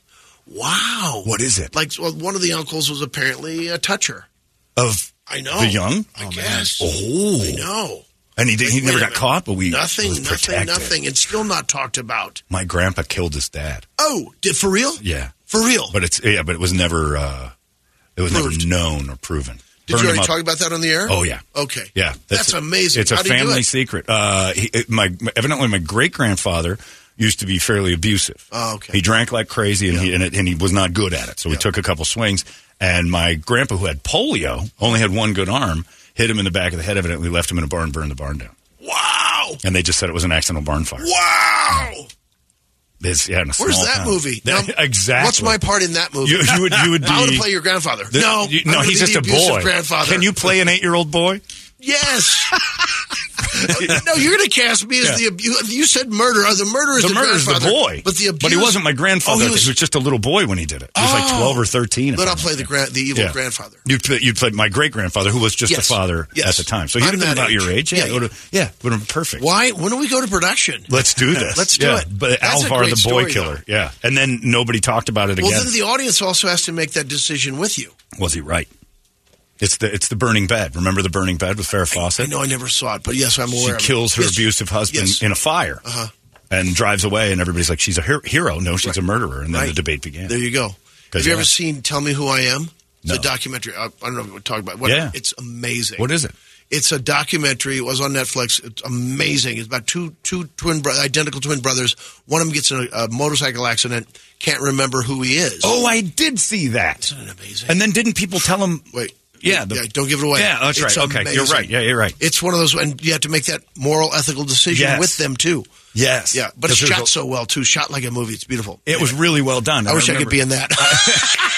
[SPEAKER 5] Wow.
[SPEAKER 4] Oh, What is it?
[SPEAKER 5] Like well, one of the uncles was apparently a toucher.
[SPEAKER 4] Of
[SPEAKER 5] I know.
[SPEAKER 4] the young?
[SPEAKER 5] I guess.
[SPEAKER 4] Oh.
[SPEAKER 5] I know.
[SPEAKER 4] And he, did, he
[SPEAKER 5] Like,
[SPEAKER 4] never
[SPEAKER 5] wait a
[SPEAKER 4] got
[SPEAKER 5] minute.
[SPEAKER 4] caught, but we
[SPEAKER 5] Nothing,
[SPEAKER 4] was
[SPEAKER 5] nothing,
[SPEAKER 4] protected.
[SPEAKER 5] nothing. It's still not talked about.
[SPEAKER 4] My grandpa killed his dad.
[SPEAKER 5] Oh, did for real?
[SPEAKER 4] Yeah.
[SPEAKER 5] For real.
[SPEAKER 4] But it's yeah, but it was never uh, it was
[SPEAKER 5] Proved.
[SPEAKER 4] never known or proven.
[SPEAKER 5] did
[SPEAKER 4] Burned
[SPEAKER 5] you
[SPEAKER 4] him
[SPEAKER 5] already
[SPEAKER 4] up.
[SPEAKER 5] talk about that on the air?
[SPEAKER 4] Oh yeah,
[SPEAKER 5] Okay.
[SPEAKER 4] yeah.
[SPEAKER 5] That's, amazing.
[SPEAKER 4] It's a
[SPEAKER 5] How do you do
[SPEAKER 4] family
[SPEAKER 5] it?
[SPEAKER 4] secret. Uh, he, it- my evidently my great grandfather used to be fairly abusive.
[SPEAKER 5] Oh, okay.
[SPEAKER 4] He drank like crazy, and he and, it, and he was not good at it. So he took a couple swings, and my grandpa, who had polio, only had one good arm, hit him in the back of the head. Evidently, left him in a barn, burned the barn down,
[SPEAKER 5] Wow.
[SPEAKER 4] and they just said it was an accidental barn fire.
[SPEAKER 5] Wow.
[SPEAKER 4] It's- yeah, in a
[SPEAKER 5] Where's
[SPEAKER 4] small
[SPEAKER 5] that
[SPEAKER 4] town. (laughs)
[SPEAKER 5] movie?
[SPEAKER 4] That-
[SPEAKER 5] Now,
[SPEAKER 4] exactly.
[SPEAKER 5] What's my part in that movie?
[SPEAKER 4] You, you would you would be
[SPEAKER 5] (laughs) I want to play your grandfather.
[SPEAKER 4] The-
[SPEAKER 5] no,
[SPEAKER 4] you-
[SPEAKER 5] I
[SPEAKER 4] no,
[SPEAKER 5] wanna
[SPEAKER 4] he's
[SPEAKER 5] be
[SPEAKER 4] just a
[SPEAKER 5] the abusive
[SPEAKER 4] boy.
[SPEAKER 5] Grandfather.
[SPEAKER 4] Can you play an eight-year-old boy?
[SPEAKER 5] Yes. (laughs) no, you're going to cast me as
[SPEAKER 4] Yeah.
[SPEAKER 5] the abuse. You said murder. Uh, the murder is the,
[SPEAKER 4] the murder is the
[SPEAKER 5] grandfather,
[SPEAKER 4] boy.
[SPEAKER 5] but the abuse.
[SPEAKER 4] he wasn't my grandfather.
[SPEAKER 5] Oh,
[SPEAKER 4] I
[SPEAKER 5] he
[SPEAKER 4] think. he
[SPEAKER 5] was,
[SPEAKER 4] was just a little boy when he did it. He was like
[SPEAKER 5] Oh.
[SPEAKER 4] 12 or 13. if
[SPEAKER 5] but
[SPEAKER 4] I'm
[SPEAKER 5] I'll
[SPEAKER 4] not
[SPEAKER 5] play the
[SPEAKER 4] mistaken.
[SPEAKER 5] grand, the evil
[SPEAKER 4] Yeah.
[SPEAKER 5] grandfather.
[SPEAKER 4] You'd play, you'd played my great grandfather, who was just
[SPEAKER 5] Yes.
[SPEAKER 4] a father
[SPEAKER 5] Yes.
[SPEAKER 4] at the time. So he'd
[SPEAKER 5] I'm
[SPEAKER 4] have been
[SPEAKER 5] that
[SPEAKER 4] about your age.
[SPEAKER 5] age.
[SPEAKER 4] Yeah,
[SPEAKER 5] Yeah,
[SPEAKER 4] it would've- yeah, would have been perfect.
[SPEAKER 5] Why? When do we go to production?
[SPEAKER 4] Let's do this.
[SPEAKER 5] (laughs) Let's do
[SPEAKER 4] Yeah.
[SPEAKER 5] it.
[SPEAKER 4] But
[SPEAKER 5] That's a
[SPEAKER 4] Alvar,
[SPEAKER 5] great
[SPEAKER 4] the boy
[SPEAKER 5] story, though.
[SPEAKER 4] killer. Yeah, and then nobody talked about it
[SPEAKER 5] Well,
[SPEAKER 4] again.
[SPEAKER 5] then the audience also has to make that decision with you.
[SPEAKER 4] was he right? It's the it's the burning bed. Remember the burning bed with Farrah
[SPEAKER 5] I
[SPEAKER 4] Fawcett?
[SPEAKER 5] know I never saw it, but yes, I'm aware.
[SPEAKER 4] she
[SPEAKER 5] of it.
[SPEAKER 4] kills her
[SPEAKER 5] Yes.
[SPEAKER 4] abusive husband
[SPEAKER 5] Yes.
[SPEAKER 4] in a fire
[SPEAKER 5] Uh-huh.
[SPEAKER 4] and drives away, and everybody's like, "She's a her- hero." No, she's a murderer. And then the
[SPEAKER 5] Right.
[SPEAKER 4] debate began.
[SPEAKER 5] There you go. Have
[SPEAKER 4] 'Cause,
[SPEAKER 5] you
[SPEAKER 4] yeah.
[SPEAKER 5] ever seen "Tell Me Who I Am"? It's a
[SPEAKER 4] No.
[SPEAKER 5] documentary. I, I don't know if we're talking about. What,
[SPEAKER 4] Yeah.
[SPEAKER 5] it's amazing.
[SPEAKER 4] What is it?
[SPEAKER 5] It's a documentary. It was on Netflix. It's amazing. It's about two two twin bro- identical twin brothers. One of them gets in a, a motorcycle accident. Can't remember who he is.
[SPEAKER 4] Oh, I did see that.
[SPEAKER 5] Isn't it amazing?
[SPEAKER 4] And then didn't people tell him?
[SPEAKER 5] Wait.
[SPEAKER 4] Yeah, the-
[SPEAKER 5] don't give it away.
[SPEAKER 4] Yeah, that's
[SPEAKER 5] It's
[SPEAKER 4] right. Okay, you're
[SPEAKER 5] amazing.
[SPEAKER 4] right. Yeah, you're right.
[SPEAKER 5] It's one of those, and you have to make that moral, ethical decision
[SPEAKER 4] Yes.
[SPEAKER 5] with them too.
[SPEAKER 4] Yes.
[SPEAKER 5] Yeah, but it's
[SPEAKER 4] Because
[SPEAKER 5] shot
[SPEAKER 4] there's a-
[SPEAKER 5] so well too. Shot like a movie. It's beautiful.
[SPEAKER 4] It was really well done.
[SPEAKER 5] I wish I
[SPEAKER 4] remember-
[SPEAKER 5] could be in that.
[SPEAKER 4] (laughs)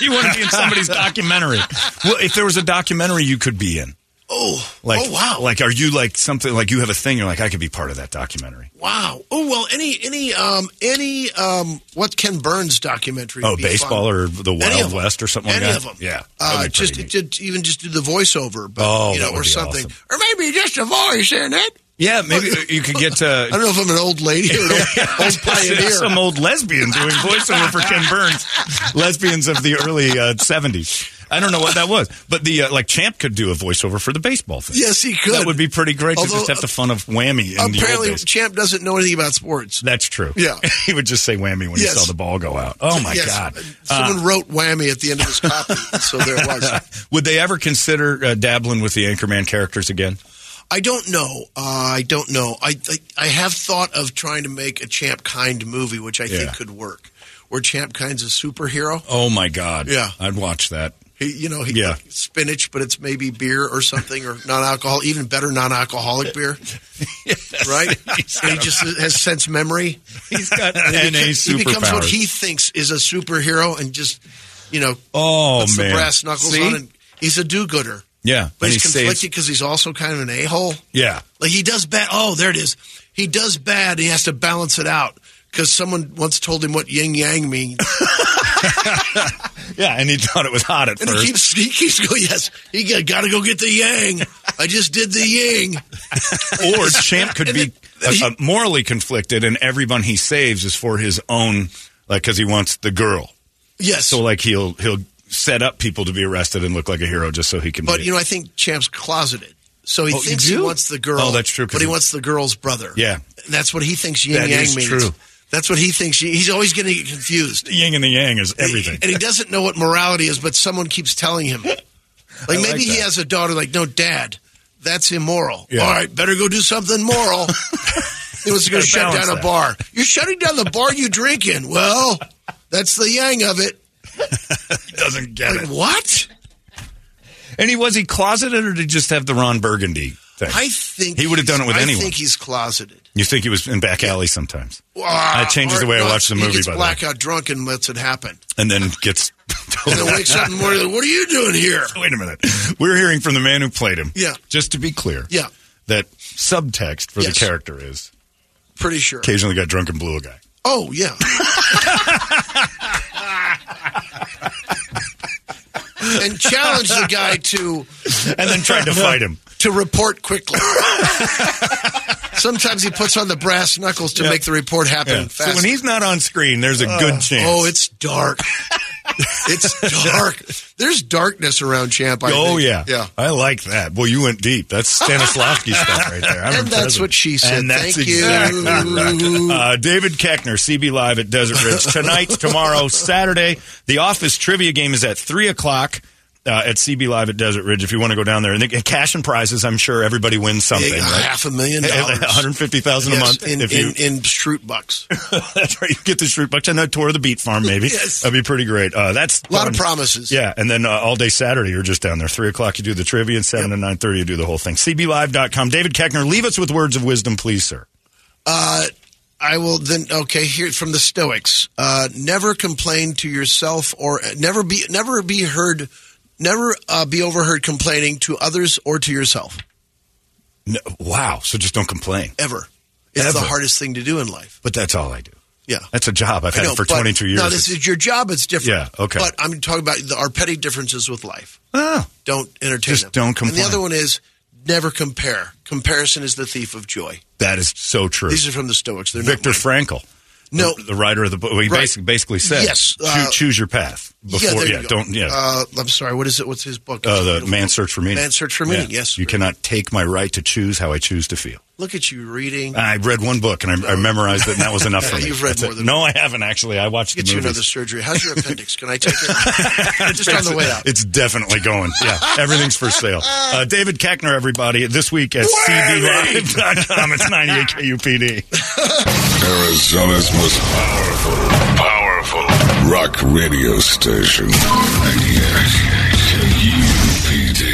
[SPEAKER 4] You want to be in somebody's documentary? Well, if there was a documentary you could be in,
[SPEAKER 5] (laughs) oh,
[SPEAKER 4] like,
[SPEAKER 5] oh wow,
[SPEAKER 4] like are you like something like you have a thing? You're like, I could be part of that documentary.
[SPEAKER 5] Wow. Oh well, any any um any um what Ken Burns documentary?
[SPEAKER 4] Oh,
[SPEAKER 5] would be
[SPEAKER 4] baseball
[SPEAKER 5] fun.
[SPEAKER 4] or the
[SPEAKER 5] Any of
[SPEAKER 4] Wild
[SPEAKER 5] them.
[SPEAKER 4] West or something
[SPEAKER 5] Any
[SPEAKER 4] like that.
[SPEAKER 5] of them?
[SPEAKER 4] Yeah, that'd
[SPEAKER 5] Uh,
[SPEAKER 4] be pretty
[SPEAKER 5] just,
[SPEAKER 4] neat.
[SPEAKER 5] just even just do the voiceover, but
[SPEAKER 4] Oh,
[SPEAKER 5] you know,
[SPEAKER 4] that would
[SPEAKER 5] or
[SPEAKER 4] be
[SPEAKER 5] something,
[SPEAKER 4] awesome.
[SPEAKER 5] or maybe just a voice in it.
[SPEAKER 4] yeah, maybe you could get
[SPEAKER 5] I
[SPEAKER 4] uh,
[SPEAKER 5] (laughs) don't know if I'm an old lady or
[SPEAKER 4] (laughs)
[SPEAKER 5] an old, old pioneer.
[SPEAKER 4] some old lesbian doing voiceover for Ken Burns, lesbians of the early uh, seventies. I don't know what that was, but the uh, like Champ could do a voiceover for the baseball thing.
[SPEAKER 5] Yes, he could.
[SPEAKER 4] That would be pretty great
[SPEAKER 5] Although, uh,
[SPEAKER 4] to just have the fun of whammy. In the
[SPEAKER 5] Apparently,
[SPEAKER 4] old days.
[SPEAKER 5] Champ doesn't know anything about sports.
[SPEAKER 4] That's true.
[SPEAKER 5] Yeah.
[SPEAKER 4] (laughs) he would just say whammy when
[SPEAKER 5] Yes.
[SPEAKER 4] he saw the ball go out. Oh my
[SPEAKER 5] Yes.
[SPEAKER 4] god! Uh,
[SPEAKER 5] Someone wrote whammy at the end of his copy, so there
[SPEAKER 4] (laughs)
[SPEAKER 5] it was.
[SPEAKER 4] Would they ever consider uh, dabbling with the Anchorman characters again?
[SPEAKER 5] I don't know. Uh, I don't know. I, I I have thought of trying to make a Champ Kind movie, which I
[SPEAKER 4] Yeah.
[SPEAKER 5] think could work, where Champ Kind's a superhero.
[SPEAKER 4] Oh my god!
[SPEAKER 5] Yeah.
[SPEAKER 4] I'd watch that.
[SPEAKER 5] He, you know, he
[SPEAKER 4] Yeah.
[SPEAKER 5] spinach, but it's maybe beer or something or non-alcohol, even better
[SPEAKER 4] (laughs)
[SPEAKER 5] non-alcoholic beer, right? And he just has sense memory.
[SPEAKER 4] He's (laughs) got NA
[SPEAKER 5] And he, beca- he becomes what
[SPEAKER 4] superpowers.
[SPEAKER 5] he thinks is a superhero, and just you know,
[SPEAKER 4] Oh,
[SPEAKER 5] puts
[SPEAKER 4] man.
[SPEAKER 5] the brass knuckles
[SPEAKER 4] See?
[SPEAKER 5] on, and he's a do-gooder.
[SPEAKER 4] Yeah,
[SPEAKER 5] but
[SPEAKER 4] and
[SPEAKER 5] he's
[SPEAKER 4] he saves-
[SPEAKER 5] conflicted because he's also kind of an a-hole.
[SPEAKER 4] Yeah.
[SPEAKER 5] Like he does bad. Oh, there it is. He does bad. He has to balance it out because someone once told him what yin yang means,
[SPEAKER 4] Yeah, and he thought it was hot at
[SPEAKER 5] and
[SPEAKER 4] first.
[SPEAKER 5] he keeps he keeps going. Yes, he got to go get the yang. I just did the ying.
[SPEAKER 4] or Champ could be uh, uh, morally conflicted, and everyone he saves is for his own, like because he wants the girl.
[SPEAKER 5] Yes,
[SPEAKER 4] So like he'll he'll set up people to be arrested and look like a hero just so he can.
[SPEAKER 5] but
[SPEAKER 4] be
[SPEAKER 5] you know I think Champ's closeted. So he
[SPEAKER 4] Oh, you
[SPEAKER 5] thinks he
[SPEAKER 4] do?
[SPEAKER 5] wants the girl.
[SPEAKER 4] Oh, that's true, 'cause
[SPEAKER 5] But he
[SPEAKER 4] he-
[SPEAKER 5] wants the girl's brother.
[SPEAKER 4] Yeah.
[SPEAKER 5] And that's what he thinks yin
[SPEAKER 4] That
[SPEAKER 5] yang
[SPEAKER 4] is
[SPEAKER 5] means.
[SPEAKER 4] true.
[SPEAKER 5] That's what he thinks. yin- He's always going to get confused.
[SPEAKER 4] the yin and the yang is everything.
[SPEAKER 5] And he doesn't know what morality is, but someone keeps telling him. Like maybe
[SPEAKER 4] like
[SPEAKER 5] he
[SPEAKER 4] that.
[SPEAKER 5] has a daughter. Like no, dad, that's immoral.
[SPEAKER 4] Yeah.
[SPEAKER 5] All right, better go do
[SPEAKER 4] (laughs)
[SPEAKER 5] something moral. he wants to go
[SPEAKER 4] Gotta
[SPEAKER 5] shut
[SPEAKER 4] balance
[SPEAKER 5] down a
[SPEAKER 4] that.
[SPEAKER 5] bar. You're shutting down the bar you drink in. Well, that's the yang of it.
[SPEAKER 4] He doesn't get
[SPEAKER 5] Like what?
[SPEAKER 4] And he was he closeted, or did he just have the Ron Burgundy thing?
[SPEAKER 5] I think
[SPEAKER 4] he would have done it
[SPEAKER 5] he's-
[SPEAKER 4] with
[SPEAKER 5] I
[SPEAKER 4] anyone.
[SPEAKER 5] think he's closeted.
[SPEAKER 4] you think he was in back alley sometimes,
[SPEAKER 5] That
[SPEAKER 4] changes the way I watch the movie,
[SPEAKER 5] He gets
[SPEAKER 4] by the way.
[SPEAKER 5] blackout drunk and lets it happen,
[SPEAKER 4] and then gets. (laughs)
[SPEAKER 5] and then wakes up in the morning. What are you doing here?
[SPEAKER 4] Wait a minute. We're hearing from the man who played him.
[SPEAKER 5] Yeah.
[SPEAKER 4] Just to be clear.
[SPEAKER 5] Yeah.
[SPEAKER 4] That subtext for
[SPEAKER 5] Yes.
[SPEAKER 4] the character is
[SPEAKER 5] Pretty sure.
[SPEAKER 4] occasionally got drunk and blew a guy.
[SPEAKER 5] Oh yeah. and challenge the guy to
[SPEAKER 4] And then tried (laughs) to fight him.
[SPEAKER 5] to report quickly. Sometimes he puts on the brass knuckles to
[SPEAKER 4] Yeah.
[SPEAKER 5] make the report happen
[SPEAKER 4] Yeah. Uh,
[SPEAKER 5] fast.
[SPEAKER 4] So when he's not on screen, there's a good chance.
[SPEAKER 5] oh, it's dark. it's
[SPEAKER 4] (laughs)
[SPEAKER 5] dark. There's darkness around Champ. I
[SPEAKER 4] Oh,
[SPEAKER 5] think.
[SPEAKER 4] yeah.
[SPEAKER 5] yeah.
[SPEAKER 4] I like that. Well, you went deep. (laughs) That's Stanislavski stuff right there. I'm
[SPEAKER 5] And that's
[SPEAKER 4] impressed.
[SPEAKER 5] what she said.
[SPEAKER 4] And that's
[SPEAKER 5] Thank you.
[SPEAKER 4] exactly right. Uh, David Keckner, CB Live at Desert
[SPEAKER 5] (laughs)
[SPEAKER 4] Ridge. Tonight, tomorrow, Saturday, the office trivia game is at 3 o'clock. Uh, at CB Live at Desert Ridge, if you want to go down there and they, cash and prizes, I'm sure everybody wins something.
[SPEAKER 5] (laughs) Big,
[SPEAKER 4] right?
[SPEAKER 5] half
[SPEAKER 4] (laughs)
[SPEAKER 5] a million dollars.
[SPEAKER 4] 150,000 a
[SPEAKER 5] Yes,
[SPEAKER 4] month.
[SPEAKER 5] in,
[SPEAKER 4] if you,
[SPEAKER 5] in, in Stroot bucks.
[SPEAKER 4] (laughs) that's right. You get the Shroot Bucks and a tour of the Beat Farm, maybe.
[SPEAKER 5] (laughs) Yes.
[SPEAKER 4] That'd be pretty great. Uh, that's
[SPEAKER 5] Lot of
[SPEAKER 4] fun.
[SPEAKER 5] promises.
[SPEAKER 4] Yeah, and then uh, all day Saturday, you're just down there. 3 o'clock, you do the trivia, and 7 to 9.30, you do the whole thing. CBLive.com. David Keckner, leave us with words of wisdom, please, sir.
[SPEAKER 5] Uh, I will then. Okay, here from the Stoics: uh, never complain to yourself, or never be never be heard, never uh, be overheard complaining to others or to yourself.
[SPEAKER 4] No, wow. So just don't complain.
[SPEAKER 5] ever. It's
[SPEAKER 4] Ever.
[SPEAKER 5] the hardest thing to do in life.
[SPEAKER 4] But that's all I do.
[SPEAKER 5] Yeah.
[SPEAKER 4] That's a job. I've
[SPEAKER 5] I
[SPEAKER 4] had
[SPEAKER 5] know,
[SPEAKER 4] it for
[SPEAKER 5] but-
[SPEAKER 4] 22 years.
[SPEAKER 5] No, this is your job. It's different.
[SPEAKER 4] Yeah, okay.
[SPEAKER 5] But I'm talking about the, our petty differences with life.
[SPEAKER 4] oh,
[SPEAKER 5] Don't entertain
[SPEAKER 4] Just
[SPEAKER 5] them.
[SPEAKER 4] don't
[SPEAKER 5] And the
[SPEAKER 4] complain.
[SPEAKER 5] other one is never compare. Comparison is the thief of joy.
[SPEAKER 4] that is so true.
[SPEAKER 5] These are from the Stoics. They're not
[SPEAKER 4] Victor
[SPEAKER 5] mine.
[SPEAKER 4] Frankl.
[SPEAKER 5] No.
[SPEAKER 4] The, the writer of the book. Well, he
[SPEAKER 5] Right.
[SPEAKER 4] basically, basically said,
[SPEAKER 5] Yes,
[SPEAKER 4] choo-
[SPEAKER 5] uh,
[SPEAKER 4] choose your path.
[SPEAKER 5] yeah,
[SPEAKER 4] Before,
[SPEAKER 5] there
[SPEAKER 4] yeah,
[SPEAKER 5] you go.
[SPEAKER 4] don't, yeah.
[SPEAKER 5] Uh, I'm sorry. What is it? What's his book? It's
[SPEAKER 4] Uh, the
[SPEAKER 5] beautiful.
[SPEAKER 4] man search for meaning.
[SPEAKER 5] Man search for meaning.
[SPEAKER 4] Yeah.
[SPEAKER 5] Yes.
[SPEAKER 4] you
[SPEAKER 5] Very
[SPEAKER 4] cannot take my right to choose how I choose to feel.
[SPEAKER 5] good. Look at you reading.
[SPEAKER 4] I read one book and I, I memorized it, and that was enough for
[SPEAKER 5] (laughs) Yeah,
[SPEAKER 4] me.
[SPEAKER 5] you've read
[SPEAKER 4] That's
[SPEAKER 5] more
[SPEAKER 4] it.
[SPEAKER 5] than-
[SPEAKER 4] no, I haven't actually. I watched
[SPEAKER 5] Get
[SPEAKER 4] the
[SPEAKER 5] you
[SPEAKER 4] movies.
[SPEAKER 5] another surgery. How's your appendix? Can I take
[SPEAKER 4] (laughs)
[SPEAKER 5] it? Just on the way out.
[SPEAKER 4] It's definitely going. Yeah, everything's for sale. Uh, David Keckner, everybody, this week at cblive.com. It's 98 KUPD.
[SPEAKER 2] Arizona's most powerful, powerful rock radio station. 98 KUPD.